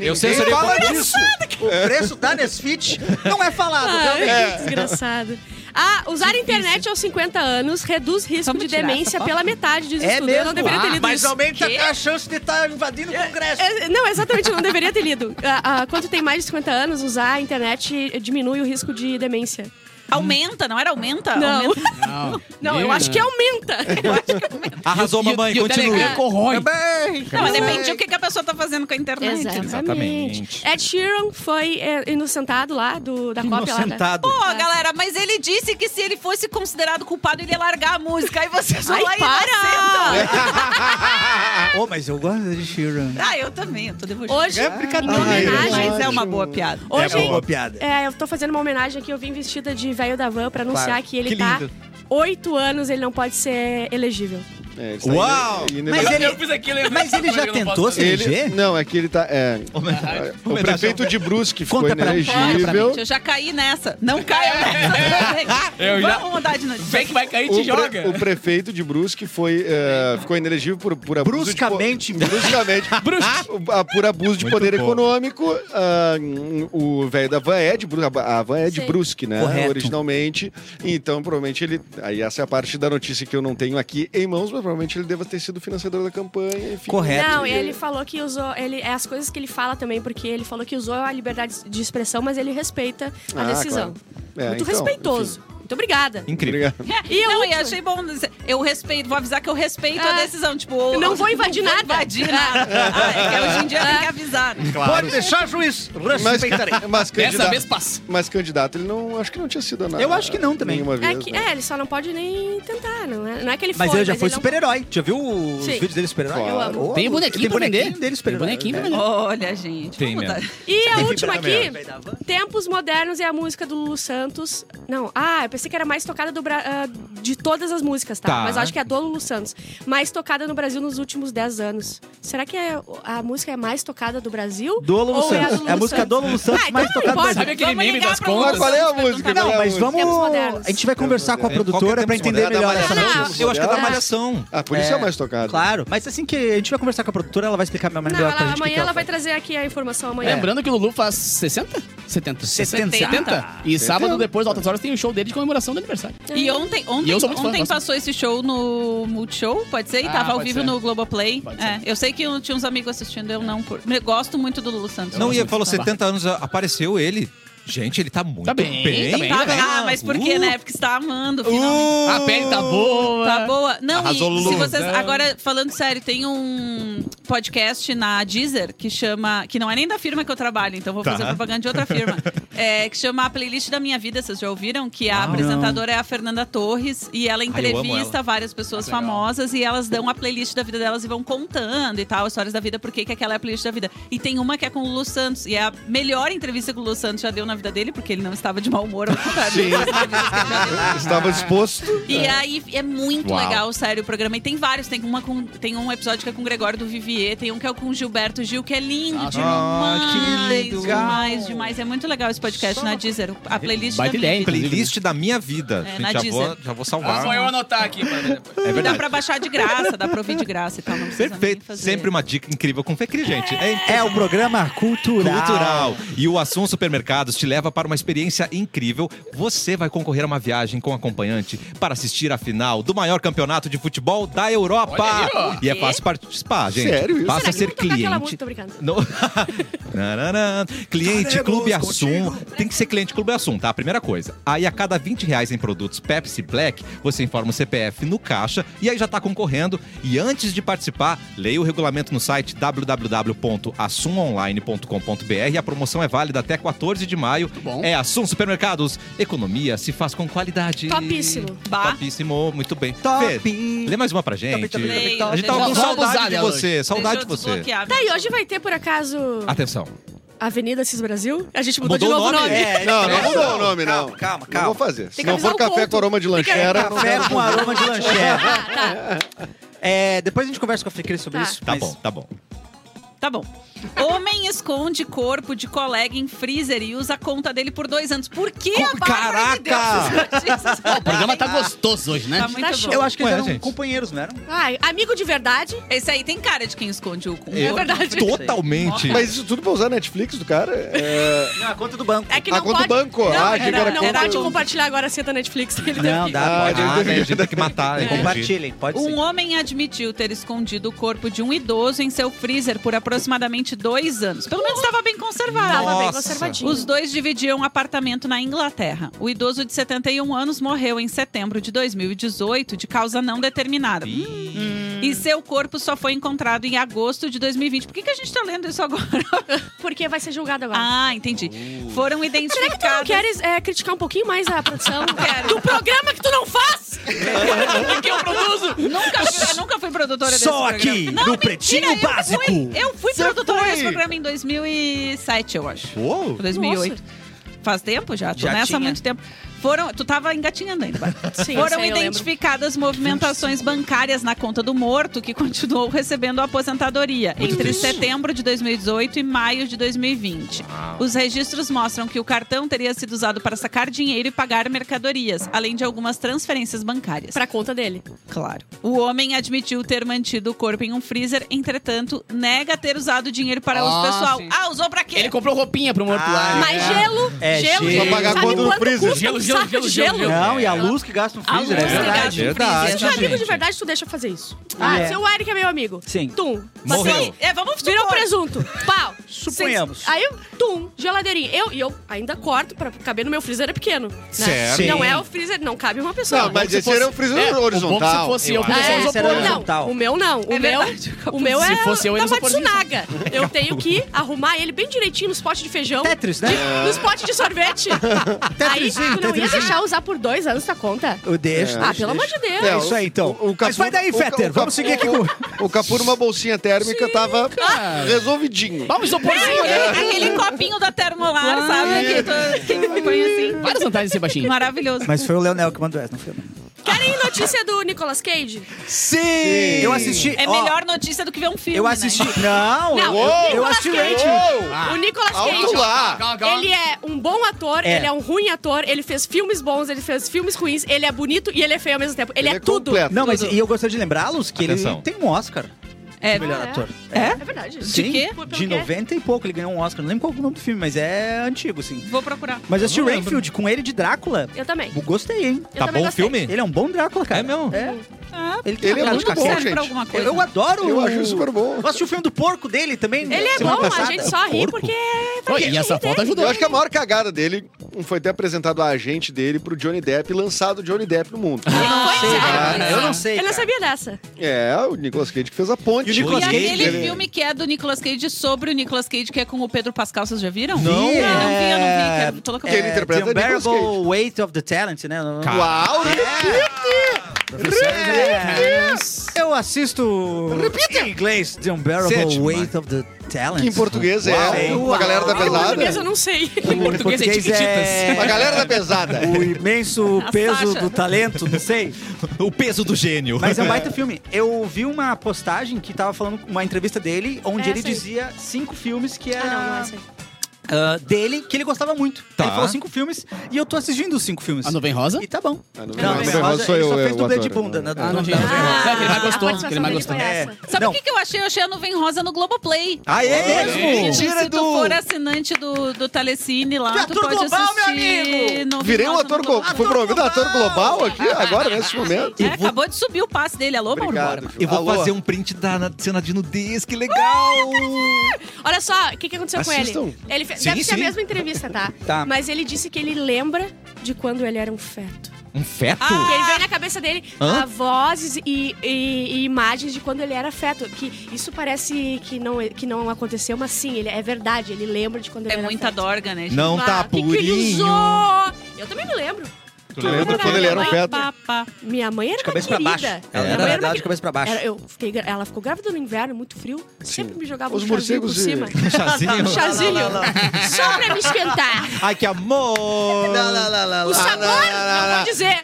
Eu censurei
fala
por-
disso.
O preço da Nesfit não é falado.
Ah,
realmente.
Ai, que desgraçado. Ah, usar a internet aos 50 anos reduz risco
Vamos
de
tirar essa
demência
foto?
pela metade, diz o
É
estudo. Eu não
mesmo?
deveria ter
Ah,
lido
Mas
isso.
aumenta
Quê?
a chance de estar invadindo o Congresso.
É, Não, exatamente, eu não deveria ter lido. Ah, ah, quando tem mais de 50 anos, usar a internet diminui o risco de demência.
Aumenta, não era aumenta?
Não,
Aumenta.
Não,
não eu acho que é aumenta. Eu acho que aumenta.
Arrasou, mamãe,
E o Telegram
continua.
corrói.
Não, mas depende do que, que a pessoa tá fazendo com a internet.
Exatamente.
Ed Sheeran foi é, inocentado lá do, da cópia lá. Da...
Inocentado.
Pô, galera, mas ele disse que se ele fosse considerado culpado, ele ia largar a música. Aí vocês vão
Ai,
lá e
para!
inocentam.
Ah, Ô, mas eu gosto de Sheeran.
Ah, eu também, eu tô devolvendo.
Hoje, em
Ai,
homenagem...
Mas é uma boa piada.
Hoje,
é boa piada.
é, eu tô fazendo uma homenagem aqui, eu vim vestida de velho da van pra anunciar
Claro.
que ele
Que
tá...
lindo.
Oito anos ele não pode ser elegível.
É, isso
Uau!
aí, né?
Mas ele,
fiz aquilo e-
mas ele já
eu não posso
tentou se
Ele,
eleger?
não, é que ele tá. É, o prefeito de Brusque ficou
Conta pra-
Olha, pra
inelegível.
mim, eu já caí nessa. Não caia nessa.
É. Eu já-
Vamos mudar de notícia.
Vem que vai cair e
O,
te
pre-
joga.
o prefeito de Brusque foi, é, ficou inelegível por, por abuso de po-
Bruscamente.
bruscamente O- a- por abuso de
Muito
poder
bom.
econômico. ah, o velho da van é de, Bru- a van é de
Sim.
Brusque, né?
Correto.
Originalmente. Então, provavelmente ele. Aí essa é a parte da notícia que eu não tenho aqui em mãos, mas provavelmente ele deva ter sido o financiador da campanha. Enfim.
Correto.
Não, ele falou que usou. Ele, é as coisas que ele fala também, porque ele falou que usou a liberdade de expressão, mas ele respeita a
Ah,
decisão.
claro. É,
Muito
então,
respeitoso. Muito obrigada.
Incrível.
Obrigado.
E
E
É, não,
o
e
último?
achei bom. dizer, Eu respeito, vou avisar que eu respeito a
Ah.
decisão. Tipo, eu
não vou invadir nada.
invadir nada. Ah, é que hoje em dia tem que avisar.
Pode deixar, juiz.
Mas,
Respeitarei.
mas
Dessa
candidato,
vez passa.
mas candidato, ele não. Acho que não tinha sido nada.
Eu acho que não também.
Nenhuma
É,
vez.
que-
né?
é, ele só não pode nem tentar, não é? Não é que ele
Mas
foi.
ele já foi
não-
super-herói. Já viu os
Sim.
vídeos dele super-herói?
Claro. Eu amo.
Pô,
Tem bonequinho pra vender.
dele super-herói.
Bonequinho pra
É.
vender.
Olha, gente.
Tem
vamos
mesmo.
E a
Tem
última
vibrar
aqui,
mesmo.
Tempos Modernos é a música do Lu Santos. Não, ah, eu pensei que era mais tocada do Bra- ah, de todas as músicas, tá?
Tá.
Mas eu acho que é a do Lu Santos. Mais tocada no Brasil nos últimos 10 anos. Será que é- a música é mais tocada do Brasil?
Do Lulu
Ou
Santos.
do
É a
Lulu
música do Lulu Santos
Ah,
mais
então não
tocada do
importa.
Brasil.
Sabe aquele
Vamos
meme
ligar
das
pra
Mas
contas?
qual é a música?
Não, mas
Tempos
vamos...
modernos.
A gente vai conversar com a
é.
produtora pra entender melhor essa
moderno.
notícia.
Eu acho que é da
Ah.
Malhação.
Ah, por isso é, mais tocado.
Claro, mas assim que a gente vai conversar com a produtora, ela vai explicar melhor
Não,
melhor
ela-
pra tá, gente. o que
amanhã
que
ela vai
faz.
trazer aqui a informação
É
amanhã.
Lembrando que o Lulu faz 60? 70.
70.
70. E sábado, depois, altas horas, tem o show dele de comemoração do aniversário.
E ontem,
E
ontem,
eu sou muito fã,
ontem
gosto.
passou esse show no Multishow, pode ser? E
Ah,
tava ao
pode
vivo
ser.
no Globoplay.
Pode
É, eu sei que eu tinha uns amigos assistindo, eu não. cur- Eu gosto muito do Lulu Santos.
Não, e
ia
ele falou 70 anos, a- apareceu ele. Gente, ele Uh, tá muito
Tá bem, tá bem,
tá,
tá bem.
Ah, mas por quê, né? Porque você tá amando, finalmente.
Uh!
A pele tá boa.
Tá boa. Não,
Arrasou,
e
Lulu.
se vocês. Agora, falando sério, tem um podcast na Deezer que chama. Que não é nem da firma que eu trabalho, então vou
Tá.
fazer propaganda de outra firma. É, que chama A Playlist da Minha Vida, vocês já ouviram? Que a
Não.
apresentadora é a Fernanda Torres e ela
Ah. eu amo Tá
entrevista várias pessoas famosas e elas dão a playlist da vida delas e vão contando e tal, histórias da vida, por que que aquela é a playlist da vida. E tem uma que é com o Lulu Santos, e é a melhor entrevista que o Lulu Santos já deu na vida dele, porque ele não estava de mau humor, ao contrário. de outras entrevistas que ele já deu.
Estava disposto.
E aí é muito
Uau.
legal, sério, o programa. E tem vários. Tem, uma com- tem um episódio que é com o Gregório do Vivier, tem um que é com o Gilberto Gil, que é lindo
Nossa.
demais.
Ah, que legal.
Demais, demais. É muito legal esse podcast na Deezer. A playlist
Baita
da minha
ideia,
vida.
Playlist da minha vida.
É,
Gente,
na
já,
Deezer.
vou, já vou
Ah.
salvar.
Só eu anotar aqui. pra-
É
Dá
verdade.
pra baixar de graça, dá pra ouvir de graça e tal. Não precisa nem
Perfeito.
fazer.
Sempre uma dica incrível com Fecri, gente. É, impressionante.
É o programa cultural.
Cultural. E o Assunto Supermercados te leva para uma experiência incrível. Você vai concorrer a uma viagem com acompanhante para assistir a final do maior campeonato de futebol da Europa. e é fácil participar, gente.
Sério isso?
Será
Passa a
que
ser
vão tocar aquela
cliente.
música? Tô brincando.
No... Nararã. cliente Clube Assum. Tem que ser cliente Clube Assum, tá? Primeira coisa. Aí a cada 20 reais em produtos Pepsi Black, você informa o CPF no caixa e aí já tá concorrendo. E antes de participar, leia o regulamento no site www.assumonline.com.br. A promoção é válida até 14 de maio.
bom.
É Assum Supermercados. Economia se faz com qualidade.
Topíssimo.
Bah.
Topíssimo, muito bem.
Top.
Fê, lê mais uma pra gente.
Top, top,
top, top.
A gente
Deixa
tava com
eu-
vamos usar
saudade de
dela hoje.
você. Saudade de
Deixa eu
você.
desbloquear,
Tá, e
meu.
hoje vai ter, por acaso,
Atenção.
Avenida Cis Brasil? A gente mudou,
Mudou
de
o
novo o
nome?
nome.
É,
Não, não
calma,
mudou o nome,
calma,
não. Não
Calma,
vou
calma.
fazer. Se
que
não
avisar
for
o
café
ponto.
com aroma de
Tem que avisar
lanchera, não
Café
quero
com aroma de lanchera.
Ah, tá.
É, depois a gente conversa com a Fecris sobre
Tá.
isso.
Tá
mas-
bom, tá bom.
Tá bom. Homem esconde corpo de colega em freezer e usa a conta dele por dois anos. Por que a Bárbara me deu essas notícias?
O programa tá gostoso hoje, né?
Tá muito
Tá
bom.
show.
Eu acho que eles
Ué,
eram
gente.
companheiros, não eram?
Ai, amigo de verdade.
Esse aí tem cara de quem esconde o cu.
Eu-
É verdade.
Totalmente.
Mas isso tudo pra usar Netflix do cara? É...
Não, a conta do banco.
É que
A
não
conta
pode...
do banco,
Não,
ah,
é,
achei
que era
não
conta
dá de
do-
compartilhar agora a seta Netflix. Ele deu
Não,
aqui.
dá, pode.
Ah, né, a gente tem que matar. entendi.
Compartilhem, pode
Um
sim.
homem admitiu ter escondido o corpo de um idoso em seu freezer por aproximadamente dois anos. Pelo menos estava bem conservado.
Tava bem
Nossa.
conservadinho.
Os dois dividiam um apartamento na Inglaterra. O idoso de 71 anos morreu em setembro de 2018 de causa não determinada. Hum. E seu corpo só foi encontrado em agosto de 2020. Por que, que a gente tá lendo isso agora?
Porque vai ser julgado agora.
ah, entendi. Foram
Será que tu não
identificados.
queres é, criticar um pouquinho mais a produção
Quero.
do programa que tu não faz? é
que eu produzo? Nunca fui, eu nunca fui produtora desse
Só
programa.
aqui,
Não,
no
mentira,
Pretinho
eu fui-
Básico.
eu fui
Você
produtora
foi.
desse programa em 2007, eu acho.
Uou!
2008. Faz tempo já, tô
Já
nessa
tinha.
há muito tempo. Foram, tu tava engatinhando ainda. Bárbara.
Sim,
Foram
isso aí eu lembro.
identificadas movimentações bancárias na conta do morto, que continuou recebendo a aposentadoria entre setembro de 2018 e maio de 2020. Os registros mostram que o cartão teria sido usado para sacar dinheiro e pagar mercadorias, além de algumas transferências bancárias.
Pra conta dele.
Claro. O homem admitiu ter mantido o corpo em um freezer, entretanto, nega ter usado dinheiro para uso
Ah,
pessoal.
sim.
Ah, usou pra quê?
Ele comprou roupinha pro morto lá. né?
Mas gelo,
Ah, É,
gelo,
gelo.
gente,
Pra
pagar
sabe
conta do
quanto
freezer.
custa
Gelo,
um
gelo,
saco de Ah,
gelo,
gelo?
gelo, gelo.
Não, e a luz que gasta no
A
freezer, é
luz que
verdade.
gasta no
Verdade.
Se tu é
freezer.
amigo de
gente.
verdade, tu deixa eu fazer isso.
Ah,
Ah,
é.
Se o Eric é meu amigo.
Sim.
Tum.
Morreu.
Sim, é, vamos
Virou
supor.
presunto. Pau.
Suponhamos.
Cês- Aí, tum, geladeirinha. Eu, e eu ainda corto pra caber no meu freezer, é pequeno. né?
Certo.
Não
Sim.
é o freezer, não cabe uma
É,
pessoa.
Não, mas
Se
esse
fosse-
era um freezer
é, O bom que
horizontal,
se fosse
eu
eu, um
acho.
Ah,
podia
esse
usar
era
o
horizontal.
Não, o meu não. O
É
meu,
verdade,
o meu
Se
é
fosse eu, ele
da
não suporta
Matsunaga. Eu tenho que arrumar ele bem direitinho nos potes de feijão.
Tetris, né?
Nos potes de sorvete. Aí,
Tetrisinho,
tu não ia
tetrisinho.
deixar usar por dois anos tua conta?
Eu deixo.
Ah,
deixo,
pelo amor
deixo.
de Deus.
É isso aí, então. Mas vai daí,
o ca-
Fetter,
o
vamos
Capu-
seguir aqui
O, o Capu numa bolsinha térmica tava resolvidinho.
Vamos isoporzinho,
Aquele,
né?
é, aquele copinho da Termolar, sabe? Que, to- que põe assim.
Várias vantagens de ser baixinho.
Maravilhoso.
Mas foi o Leonel que mandou essa, não foi eu. não.
Querem notícia do Nicolas Cage?
Sim! Eu assisti.
É
ó,
melhor notícia do que ver um filme.
Eu assisti.
Né?
Não!
Não,
eu-
Nicolas
eu assisti
Cage.
Rating.
Uou!
O Nicolas
Alto
Cage.
lá!
Calma, calma.
Ele é um bom ator,
É.
ele é um ruim ator, ele fez filmes bons, ele fez filmes ruins, ele é bonito e ele é feio ao mesmo tempo. Ele,
Ele
é,
é
tudo.
completo.
Não, mas
Tudo.
e eu gostaria de lembrá-los que
Atenção.
ele tem um Oscar.
É,
melhor ator.
É?
É verdade.
Sim,
De quê?
De 90 e pouco, ele ganhou um Oscar. Não lembro qual é o nome do filme, mas é antigo, assim.
Vou procurar.
Mas eu assisti
Eu
o
não lembro.
Renfield com ele de Drácula.
Eu também.
Eu Gostei, hein?
Eu
tá
também
bom o
gostei.
filme?
Ele é um bom Drácula, cara.
É mesmo?
É.
Ah.
Ele, tem
Ele é
uma cara
muito
de
bom,
cacete.
serve
gente.
pra alguma coisa.
Eu, eu adoro.
Eu acho super bom.
Eu assisti o filme do porco dele também.
Ele é
semana
bom,
passada.
a gente só ri porque. é
Oi, e essa foto ajudou.
Eu acho que a maior cagada dele foi ter apresentado a agente dele pro Johnny Depp e lançado o Johnny Depp no mundo.
Não foi sério.
Ah, eu não sei.
Eu não
cara.
sabia dessa.
É, o Nicolas Cage que fez a ponte.
E o Nicolas
E
Cage,
aquele
ele-
filme que é do Nicolas Cage sobre o Nicolas Cage, que é com o Pedro Pascal, vocês já viram?
Não.
Não vi, eu não vi, eu não vi.
É,
quero- tô louca
que ele
pra-
É,
interpreta
The
Nicolas Cage.
Unbearable Weight of the Talent, né?
Uau! né?
É. Eu assisto em inglês The Unbearable
Sétima.
Weight of the Talent.
Que em português é uma galera da
Em português eu
pesada.
não sei.
Em português é
Uma galera da pesada.
O imenso
A
peso
Sasha.
do talento, não sei.
O peso do gênio.
Mas é um baita filme. Eu vi uma postagem que tava falando, uma entrevista dele, onde
É
ele
essa aí.
dizia cinco filmes que
Ah,
era
não, não é isso aí.
ah, dele, que ele gostava muito.
Tá.
Ele falou cinco filmes e eu tô assistindo os cinco filmes.
A nuvem rosa?
E tá bom.
Ah, não,
Não,
não,
Bem
não,
Rosa,
sou
ele só
eu,
fez
eu,
dublê
ator.
de bunda. né?
Ah, não,
Não
gente.
dá.
Ah, ele mais gostou,
a
que ele
participação
mais gostou.
dele foi
É.
essa.
Sabe
Não.
o que, que eu achei? Eu achei a Nuvem Rosa no Globoplay.
Ah, é
Gente,
mesmo?
se tu for assinante do, do Telecine lá,
Que
tu
ator
pode
global, meu
assistir.
amigo!
Nuvem
Virei um
Rosa
ator
no
global. Fui promovido ator global aqui, agora, nesse momento.
É, acabou de subir o passe dele. Alô, Mauro
Obrigado.
Borba.
Ju.
Eu vou
Alô?
fazer um print da na- cena de nudez, que legal!
Olha só, o que, que aconteceu com ele?
Assistam.
Ele fez,
Sim,
deve ser a
sim.
mesma entrevista, tá?
Tá.
Mas ele disse que ele lembra de quando ele era um feto.
Um feto?
Porque ele veio na cabeça dele
Hã?
ah, vozes e, e- e imagens de quando ele era feto. Que isso parece que não, que não aconteceu, mas sim, ele, é verdade. Ele lembra de quando ele
É
era
muita
feto.
dorga, né? gente?
Não
Ah,
tá
o que que ele
purinho.
usou? Eu também me lembro.
Tu lembra quando ele era um feto?
Pá, pá.
Minha mãe era
De cabeça
uma
pra
querida.
baixo.
Minha mãe
Ela era, na
era uma
verdade, de cabeça pra baixo.
Era- eu fiquei, gra- ela ficou grávida no inverno, muito frio. Sempre me jogava
Os
um chazinho por
morcegos e-
cima.
Um chazinho.
chazinho.
Lá, lá, lá,
Só pra me esquentar.
Ai, que amor!
Lá, lá, lá, lá,
O
Ah, lá. Ah,
sabor,
não, não,
não
não.
vou dizer.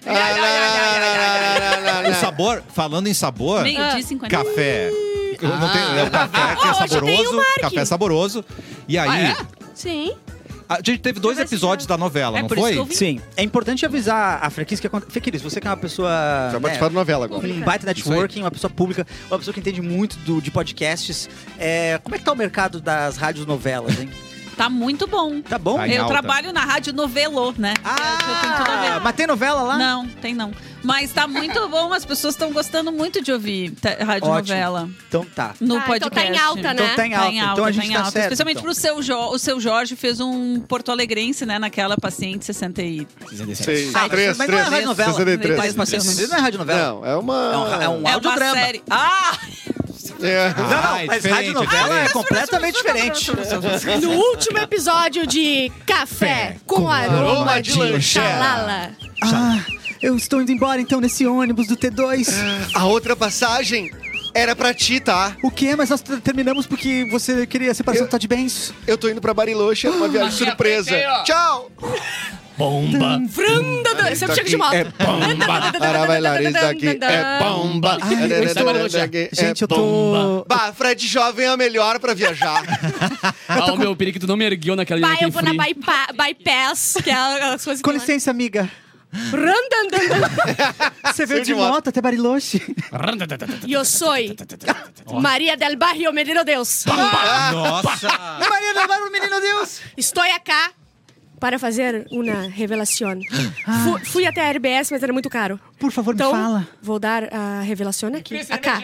O sabor, falando em
Ah,
sabor,
Meio-dia e um. 50.
café. Eu não tenho- é o café que é
Ah, hoje tem o
saboroso.
Mark.
Café saboroso. E aí,
Sim.
a gente teve dois
Deixa eu ver se
episódios da novela,
É
não
por isso
foi?
que eu vi.
Sim, é importante avisar a Frequência que acontece. Fequiris, você que é uma pessoa.
Já
né,
participaram de novela agora.
um baita networking, uma pessoa pública, uma pessoa que entende muito do- de podcasts. É, como é que tá o mercado das rádios novelas, hein?
Tá muito bom.
Tá bom?
Tá em
Eu
alta.
trabalho na rádio novelô, né? eu tenho tudo a ver.
Ah, mas tem novela lá?
Não, tem não. Mas tá muito bom, as pessoas estão gostando muito de ouvir te- rádio
Ótimo.
novela
Então tá.
no
Ah, então
podcast.
tá em alta, né?
Então tá em alta. então a
tá
gente
em
tá
alta.
certo.
Especialmente
então.
pro seu jo o seu Jorge fez um Porto Alegrense, né, naquela paciente 60 e...
Seis,
Ah,
três,
mas não é
três,
rádio novela.
63.
Quase passei o nome dele.
Não é rádio novela?
Não, é uma...
É um, é um
É uma
audiodrama.
série. Ah!
É.
Ah,
Não, não,
é
mas
diferente,
rádio novela é
diferente.
completamente diferente.
No último episódio de Café com aroma de xalala.
Ah, eu estou indo embora então nesse ônibus do T2.
A outra passagem era pra ti, tá?
O que? Mas nós t- terminamos porque você queria a separação
Eu-
do Todd Benz.
Eu tô indo pra Bariloche, era uma viagem surpresa. Tchau!
Bomba!
Franda do... Sempre chega de moto.
É bomba!
Para bailarins daqui é bomba. É
Gente, eu tô.
Bah, Fred jovem é a melhor pra viajar.
Ah, o meu periquito não me ergueu naquela
Pai,
naquele
eu vou na
frio.
bypa- bypass, que é as coisas
Com
que tem lá.
licença, amiga.
Randandandan.
Você veio de
de moto.
moto até Bariloche.
E eu sou Maria del Barrio Menino Deus.
Nossa!
Maria levar o menino Deus.
Estou acá para fazer uma revelação. Fu- fui até a RBS, mas era muito caro.
Por favor,
Então,
me fala.
vou dar a revelação aqui. Acá.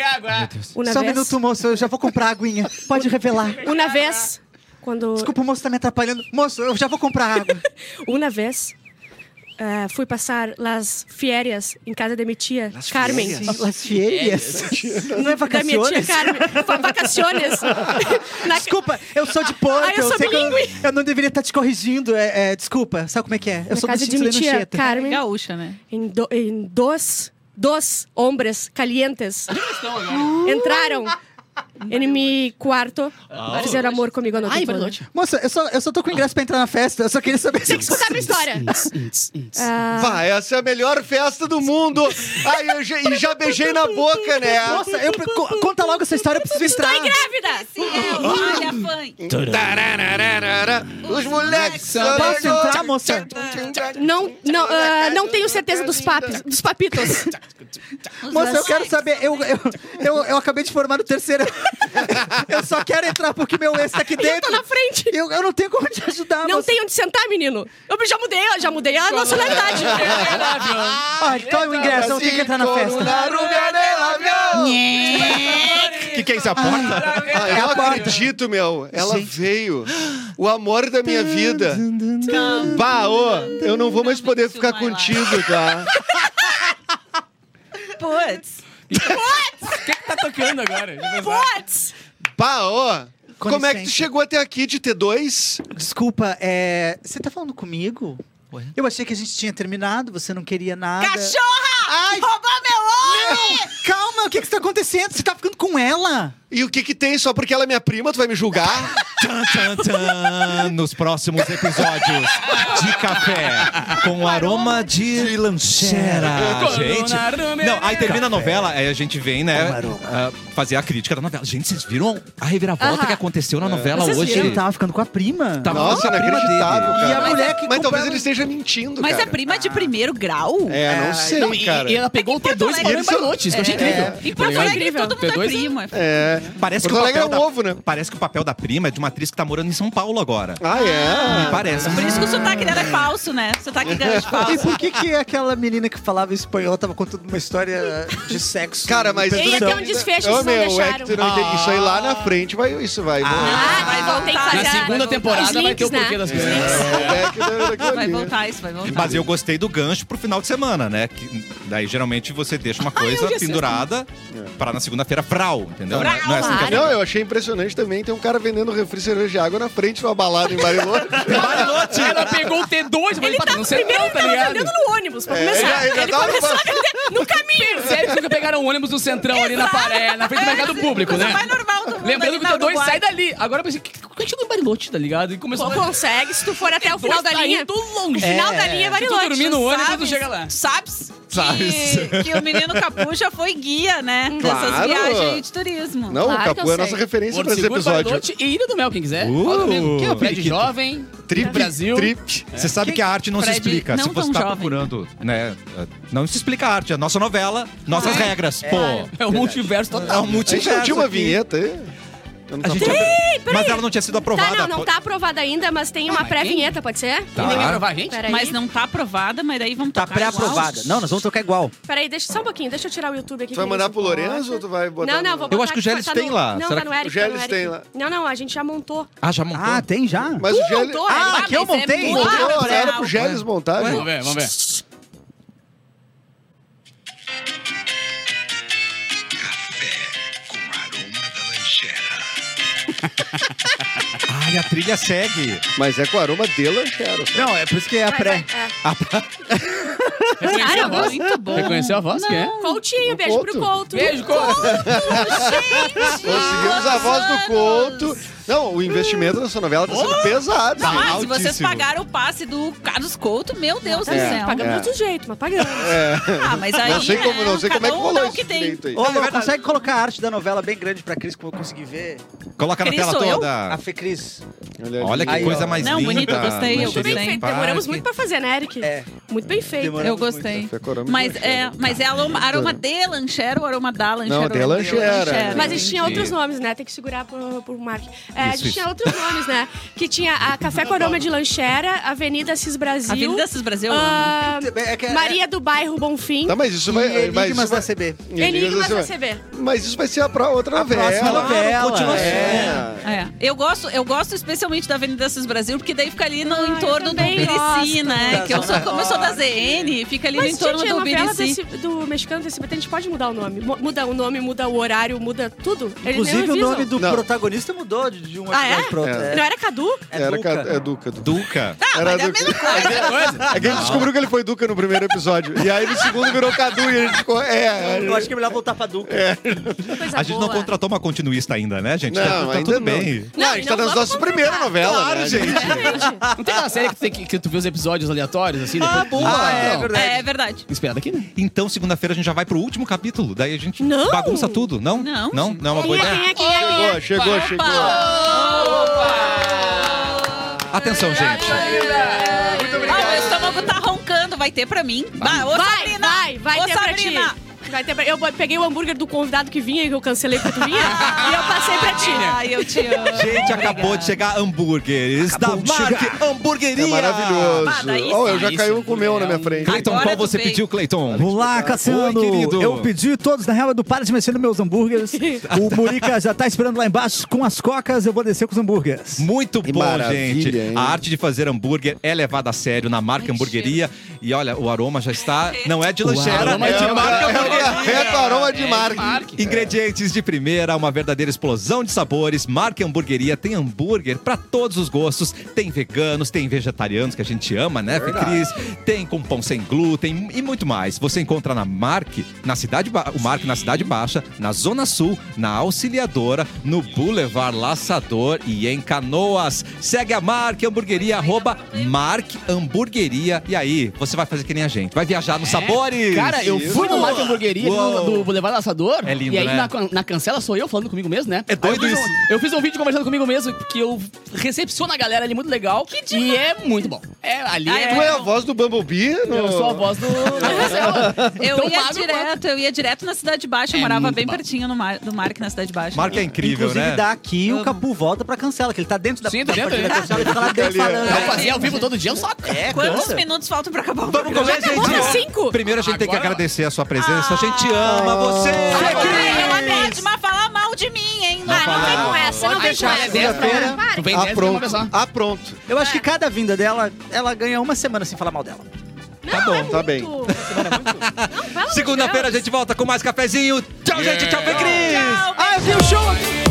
Uma
Só um
vez,
minuto, moço. Eu já vou comprar aguinha. Pode revelar.
uma vez, quando
Desculpa, o moço tá me atrapalhando. Moço, eu já vou comprar água.
uma vez eh, fui passar las férias em casa de minha tia Carmen.
Las férias. Não é
Da minha tia
vacaciones?
Carmen. Foi vacaciones. Na-
Desculpa, eu sou de Porto.
Ah, eu sou
sei que eu,
bilíngue.
eu não deveria estar te corrigindo. É, é, desculpa, sabe como é que é?
na
Eu sou do
casa de minha
Chile
tia Carmen.
Gaúcha, né?
em, do, em dois, dois hombres calientes Uh! entraram em meu quarto, fizeram amor comigo a noite
Ai,
toda.
Bariloche.
Moça, eu só, eu só tô com ingresso pra entrar na festa. Eu só queria saber se...
Tem que escutar minha história.
Ah.
Bah, essa é a melhor festa do mundo. Ai, eu já, e já beijei na boca, né?
Moça, eu, co- conta logo essa história, eu preciso entrar.
Grávida!
Sim, é, olha, fã.
Tarararara. Os moleques são
Posso entrar, moça?
Não, não,
Tá.
ah, não tenho certeza dos, papos, dos papitos.
Moça, eu quero saber. Eu, eu, Eu, eu acabei de formar no terceiro. eu só quero entrar porque meu ex tá aqui
E eu
dentro.
tô na frente.
Eu, eu não tenho como te ajudar,
Não
mas-
tem onde sentar, menino. Eu já mudei, eu já mudei a nacionalidade.
Ah, então é o ingresso, eu tenho que entrar na festa.
Que que é isso? A porta?
Ah,
é
eu não acredito, meu. Ela veio. O amor da minha vida. Bah, ô, eu não vou mais poder ficar contigo, tá?
Putz.
Tá tocando agora.
What?
Bah, ô.
Com
Como é que tu
licença.
chegou até aqui de T2?
Desculpa, é. Você tá falando comigo? Eu achei que a gente tinha terminado, você não queria nada.
Cachorra! Roubou meu homem!
Calma, o que que está acontecendo? Você tá ficando com ela?
E o que que tem? Só porque ela é minha prima, tu vai me julgar?
Tan, tan, tan. Nos próximos episódios de café com aroma de lanchera. Gente, não, aí termina a novela, aí a gente vem, né, ah, fazer a crítica da novela. Gente, vocês viram a reviravolta
Aham.
que aconteceu na novela
Vocês tá?
hoje?
Ele tava ficando com a prima.
Tava
Nossa,
com a prima
inacreditável,
dele.
cara.
E a
é
mulher
Mas
que
talvez
comprava-
ele esteja mentindo,
Mas é
cara.
prima de primeiro grau?
É,
Ah,
não sei,
então,
Não, e,
cara.
e ela pegou o T2 e
Alegre-
parou em
Eles são-
Barilote. Isso que eu achei
É.
incrível.
E
Tá
pra
ligado?
Alegre todo mundo é
T2
primo.
É.
Parece que,
Porto
o
Alegre é
papel
um
da,
ovo, né?
parece que o papel da prima é de uma atriz que tá morando em São Paulo agora.
Ah, é?
Parece.
Por isso que o sotaque dela é falso, né? O sotaque dela é
E
falso.
por que, que aquela menina que falava espanhol tava contando uma história de sexo?
Cara, mas... é
Tem até um desfecho que
Ô,
vocês não
meu, é
deixaram.
que tu não entende. Isso aí lá na frente vai... Isso vai...
Ah, vai
vai
voltar. Tem que
voltar.
fazer
Na
a-
segunda temporada
os
vai ter o
links, né?
porquê das pessoas.
É, que deu- daquilo
Vai
ali.
voltar isso, vai voltar.
Mas eu gostei do gancho pro final de semana, né? Que, daí geralmente você deixa uma coisa
hoje é
pendurada pra na segunda-feira, frau, entendeu?
Frau,
Não é- não é assim que é.
Não, eu achei impressionante também. Tem um cara vendendo refri cerveja de água na frente de uma balada em Bariloche.
Barilote. Ela pegou o T2, mas
Ele tá,
tá
primeiro
no centrão,
ele
tá
tava
ligado?
vendendo no ônibus, pra
É,
começar.
ele já- ele já
ele
tava
começou a
no-
vender no caminho.
Sério que nunca pegaram ônibus no centrão ali na paré, na frente
É,
do mercado público,
Coisa
né?
mais normal do mundo.
Lembrando
ali
que
na
o T2
Uruguai.
sai dali. Agora eu pensei, que- como é que chegou em Barilote, tá ligado? E começou
Pô, consegue, se tu for até o
T2
final da
tá
linha.
indo
O
longe.
final
É.
da linha é
tu
Barilote.
dormir no ônibus, tu
Sabes-
chega lá.
Sabes que-
Sabes.
Que, o menino Capucha foi guia, né? Dessas
Claro.
viagens de turismo.
Não,
Claro que
o Capu
eu
é a nossa
sei.
referência
Porto
pra esse
Seguro,
episódio.
Barilote e Ilha do Mel, quem quiser.
Uh,
Fala comigo. Que é o Fred
periquito.
Jovem,
Trip,
Brasil.
trip.
É.
Você sabe que a arte não se
Fred,
explica.
não
se você
tão
tá
jovem.
procurando, né? Não se explica a arte. É a nossa novela, nossas regras. Pô.
É o multiverso
É um
total.
A gente
multiverso.
não tinha uma
aqui.
vinheta aí? Eu
tá
não
A
tava-
gente- Mas ela não tinha sido aprovada.
Tá, não, não
Pô-
tá aprovada ainda, mas tem uma pré-vinheta, pode ser?
E ninguém Tá. vai provar a gente?
Peraí.
Mas não tá aprovada, mas daí vamos
Tá
tocar igual.
pré-aprovada. Não, nós vamos tocar igual.
Peraí, deixa só um pouquinho, deixa eu tirar o YouTube aqui.
Tu vai
que
mandar
ninguém
pro
se
Lorenzo ou
importa.
tu vai botar...
Não, não, vou
Eu
botar
acho que o
aqui,
Gélis
tá
tem
no-
lá.
Não,
Será
tá
que-
no Eric.
o Gélis
tá no
tem
Eric.
lá.
Não, não, a gente já montou.
Ah, já montou.
Ah, tem já?
Uh,
Mas o Gélis...
montou,
Ah,
Eric?
que eu
mas é
montei?
muito
Montou,
rápido.
né?
Horário pro Gélis montar,
Vamos
gente.
ver, vamos ver.
Ai, a trilha segue.
Mas é com aroma de lanchera. tá?
Não, é por isso que é a
Vai,
pré.
vai, é.
Reconheceu a
Cara,
voz?
Muito bom.
Reconheceu a voz? Quem é?
Coutinho, beijo pro
Couto.
Couto.
Beijo, Cor.
Conseguimos a voz do Couto. Não, o investimento nessa novela tá sendo pesado.
Não,
gente.
ah, se vocês
Altíssimo.
pagaram o passe do Carlos Couto, meu Deus
tá
do céu.
Pagamos
É.
de outro jeito, mas pagamos.
Ah, mas aí.
Não sei
né,
como, não sei
cada
como é que
um
rolou
dá o
esse
que tem.
direito aí.
Ô, Lô, consegue colocar a arte da novela bem grande pra Cris, como eu consegui ver?
Coloca na
Cris,
tela
sou eu?
A
Ah.
toda.
Fê Cris.
ali.
Olha que
Aí,
coisa
ó.
mais
Não,
linda.
bonito, eu gostei, eu
Mancheirinha
Muito bem
gostei.
em
feito.
parque.
Demoramos muito pra fazer, né, Eric?
É.
Muito bem feito.
Demorou.
Eu gostei.
Café com aroma de
Mas é,
lanchera.
mas é aroma, aroma de lanchera ou aroma da lanchera?
Não, de lanchera.
Mas a gente tinha
Entendi.
outros nomes, né? Tem que segurar pro, pro Mark. É, a
Isso,
gente
isso.
tinha outros nomes, né? Que tinha a Café com Aroma de Lanchera, Avenida Cis Brasil.
Avenida Cis Brasil.
ah,
É que é-
Maria do Bairro
é,
Bonfim.
Tá, mas isso
E
vai... mas isso
Enigmas
vai-
da CB.
Enigmas da
vai-
CB.
Mas isso vai ser a pra outra
A
novela.
próxima novela.
continuação.
É.
É. Eu gosto, eu gosto especialmente da Avenida Cis Brasil, porque daí fica ali no entorno do
Ah, também
Birici,
gosto.
né? Que eu sou, como eu sou da ZN, fica ali no entorno
gente, a
do
novela
Birici.
desse- do mexicano desse BT, a gente pode mudar o nome. Mo- Muda o nome, muda o horário, muda tudo. Eles nem
Inclusive, o
avisam.
nome do
Não.
protagonista mudou de, de um
Ah, é?
episódio pro outro.
Não era Cadu?
É
Era
Duca.
ca- É Duca. Duca.
Duca.
Era
mas é a
Duca.
mesma coisa.
É que a gente descobriu que ele foi Duca no primeiro episódio. E aí no segundo virou Cadu e a gente ficou. É.
Eu acho que é melhor voltar pra Duca.
Coisa
A gente não
boa.
contratou uma continuista ainda, né, gente?
Não,
tá, tá
ainda
tudo
não.
bem.
Não, a gente tá
não
nas
vamos
nossas primeiras novelas.
Claro,
né,
gente.
Não tem aquela série que, tem que, que tu vê os episódios aleatórios, assim? Depois... Ah,
boa. Ah, é
então.
verdade.
É verdade.
Esperado aqui, né?
Então, segunda-feira, a gente já vai pro último capítulo. Daí a gente
Não.
bagunça tudo. Não?
Não,
Não, não é uma boa
Quem é,
ideia.
quem é, quem é, quem é?
Chegou, chegou, Tá chegou.
Atenção, gente.
Ah, meu estômago tá roncando. Vai ter pra mim? Vai, ô
Vai,
Sabrina!
vai, vai
ô
ter pra
Sabrina!
Vai ter- Eu peguei o hambúrguer do convidado que vinha e que eu cancelei porque tu vinha. e eu passei pra ti.
Ai, eu te amo.
Gente, acabou de chegar hambúrgueres
Acabou de
da Mark
chegar.
Hamburgueria.
É maravilhoso.
Ah, daí
oh,
sim.
eu já
Isso,
caiu um com o meu na minha frente.
Cleiton,
Agora
qual
tu
você
veio.
pediu, Cleiton?
Olá, Cassiano.
Oi, querido.
Eu pedi todos, na real, é do Para de Mexer nos Meus Hambúrgueres. o Murica já tá esperando lá embaixo com as cocas, eu vou descer com os hambúrgueres.
Muito
Que
bom,
maravilha,
gente.
hein?
A arte de fazer hambúrguer é levada a sério na marca
Ai,
Hamburgueria. E olha, o aroma já está. Não é de lancheira,
aroma
é de
é-
marca hamburgueria.
É, é, é, aroma de marca.
Ingredientes de primeira, uma verdadeira explosão de sabores. Marca Hamburgueria tem hambúrguer pra todos os gostos. Tem veganos, tem vegetarianos que a gente ama, né, Fê Cris? Tem com pão sem glúten e muito mais. Você encontra na Marque, na cidade Ba- o Marque na Cidade Baixa, na Zona Sul, na Auxiliadora, no Boulevard Laçador e em Canoas. Segue a Marque Hamburgueria arroba Marque Hamburgueria. E aí, você vai fazer que nem a gente. Vai viajar nos sabores.
É? Cara, eu fui no Marca Hamburgueria aqui
Uou.
no- do Boulevard Laçador.
É lindo,
E aí
né?
na, can- na cancela sou eu falando comigo mesmo, né?
É doido
Aí eu fiz um-
isso.
Eu fiz um vídeo conversando comigo mesmo, que eu recepciono a galera ali muito legal. Que dia. E é muito bom. É, ali
Ah,
é...
Tu é a voz do Bumblebee? No... Ah,
Eu sou a voz do...
Eu
Tão
ia
magro
direto, eu ia direto na Cidade Baixa, eu
É
morava
muito
bem
magro.
pertinho no mar, do Mark na Cidade Baixa.
Marca é incrível,
Inclusive,
né?
daqui
Amo.
o Capu volta pra cancela, que ele tá dentro da,
Sim,
da
dentro,
partida
né?
da cancela, ele tá lá dentro
Fica ali,
falando. "Ah,
Eu fazia ao vivo todo dia, eu só... É,
Quantos minutos faltam pra acabar o
Vamos
programa?
comer,
acabou,
gente.
né? Cinco?
Primeiro a gente tem que
Agora-
agradecer a sua presença. A gente ama você.
Ai,
Cris!
Ela pede, mas falar mal de mim, hein?
Ah, não vem
fala.
com essa, não vem com
deixar,
essa.
segunda-feira.
Para.
Tu vem
Ah,
10 pra uma
pronto.
pessoa.
Ah, pronto.
Eu acho que cada vinda dela, ela ganha uma semana sem falar mal dela.
Tá bom, tá bem.
Não, pelo amor de
Segunda-feira a
Deus.
gente volta com mais cafezinho. Tchau, gente. Tchau, Fê Cris.
Tchau,
Ah, eu vi o show aqui!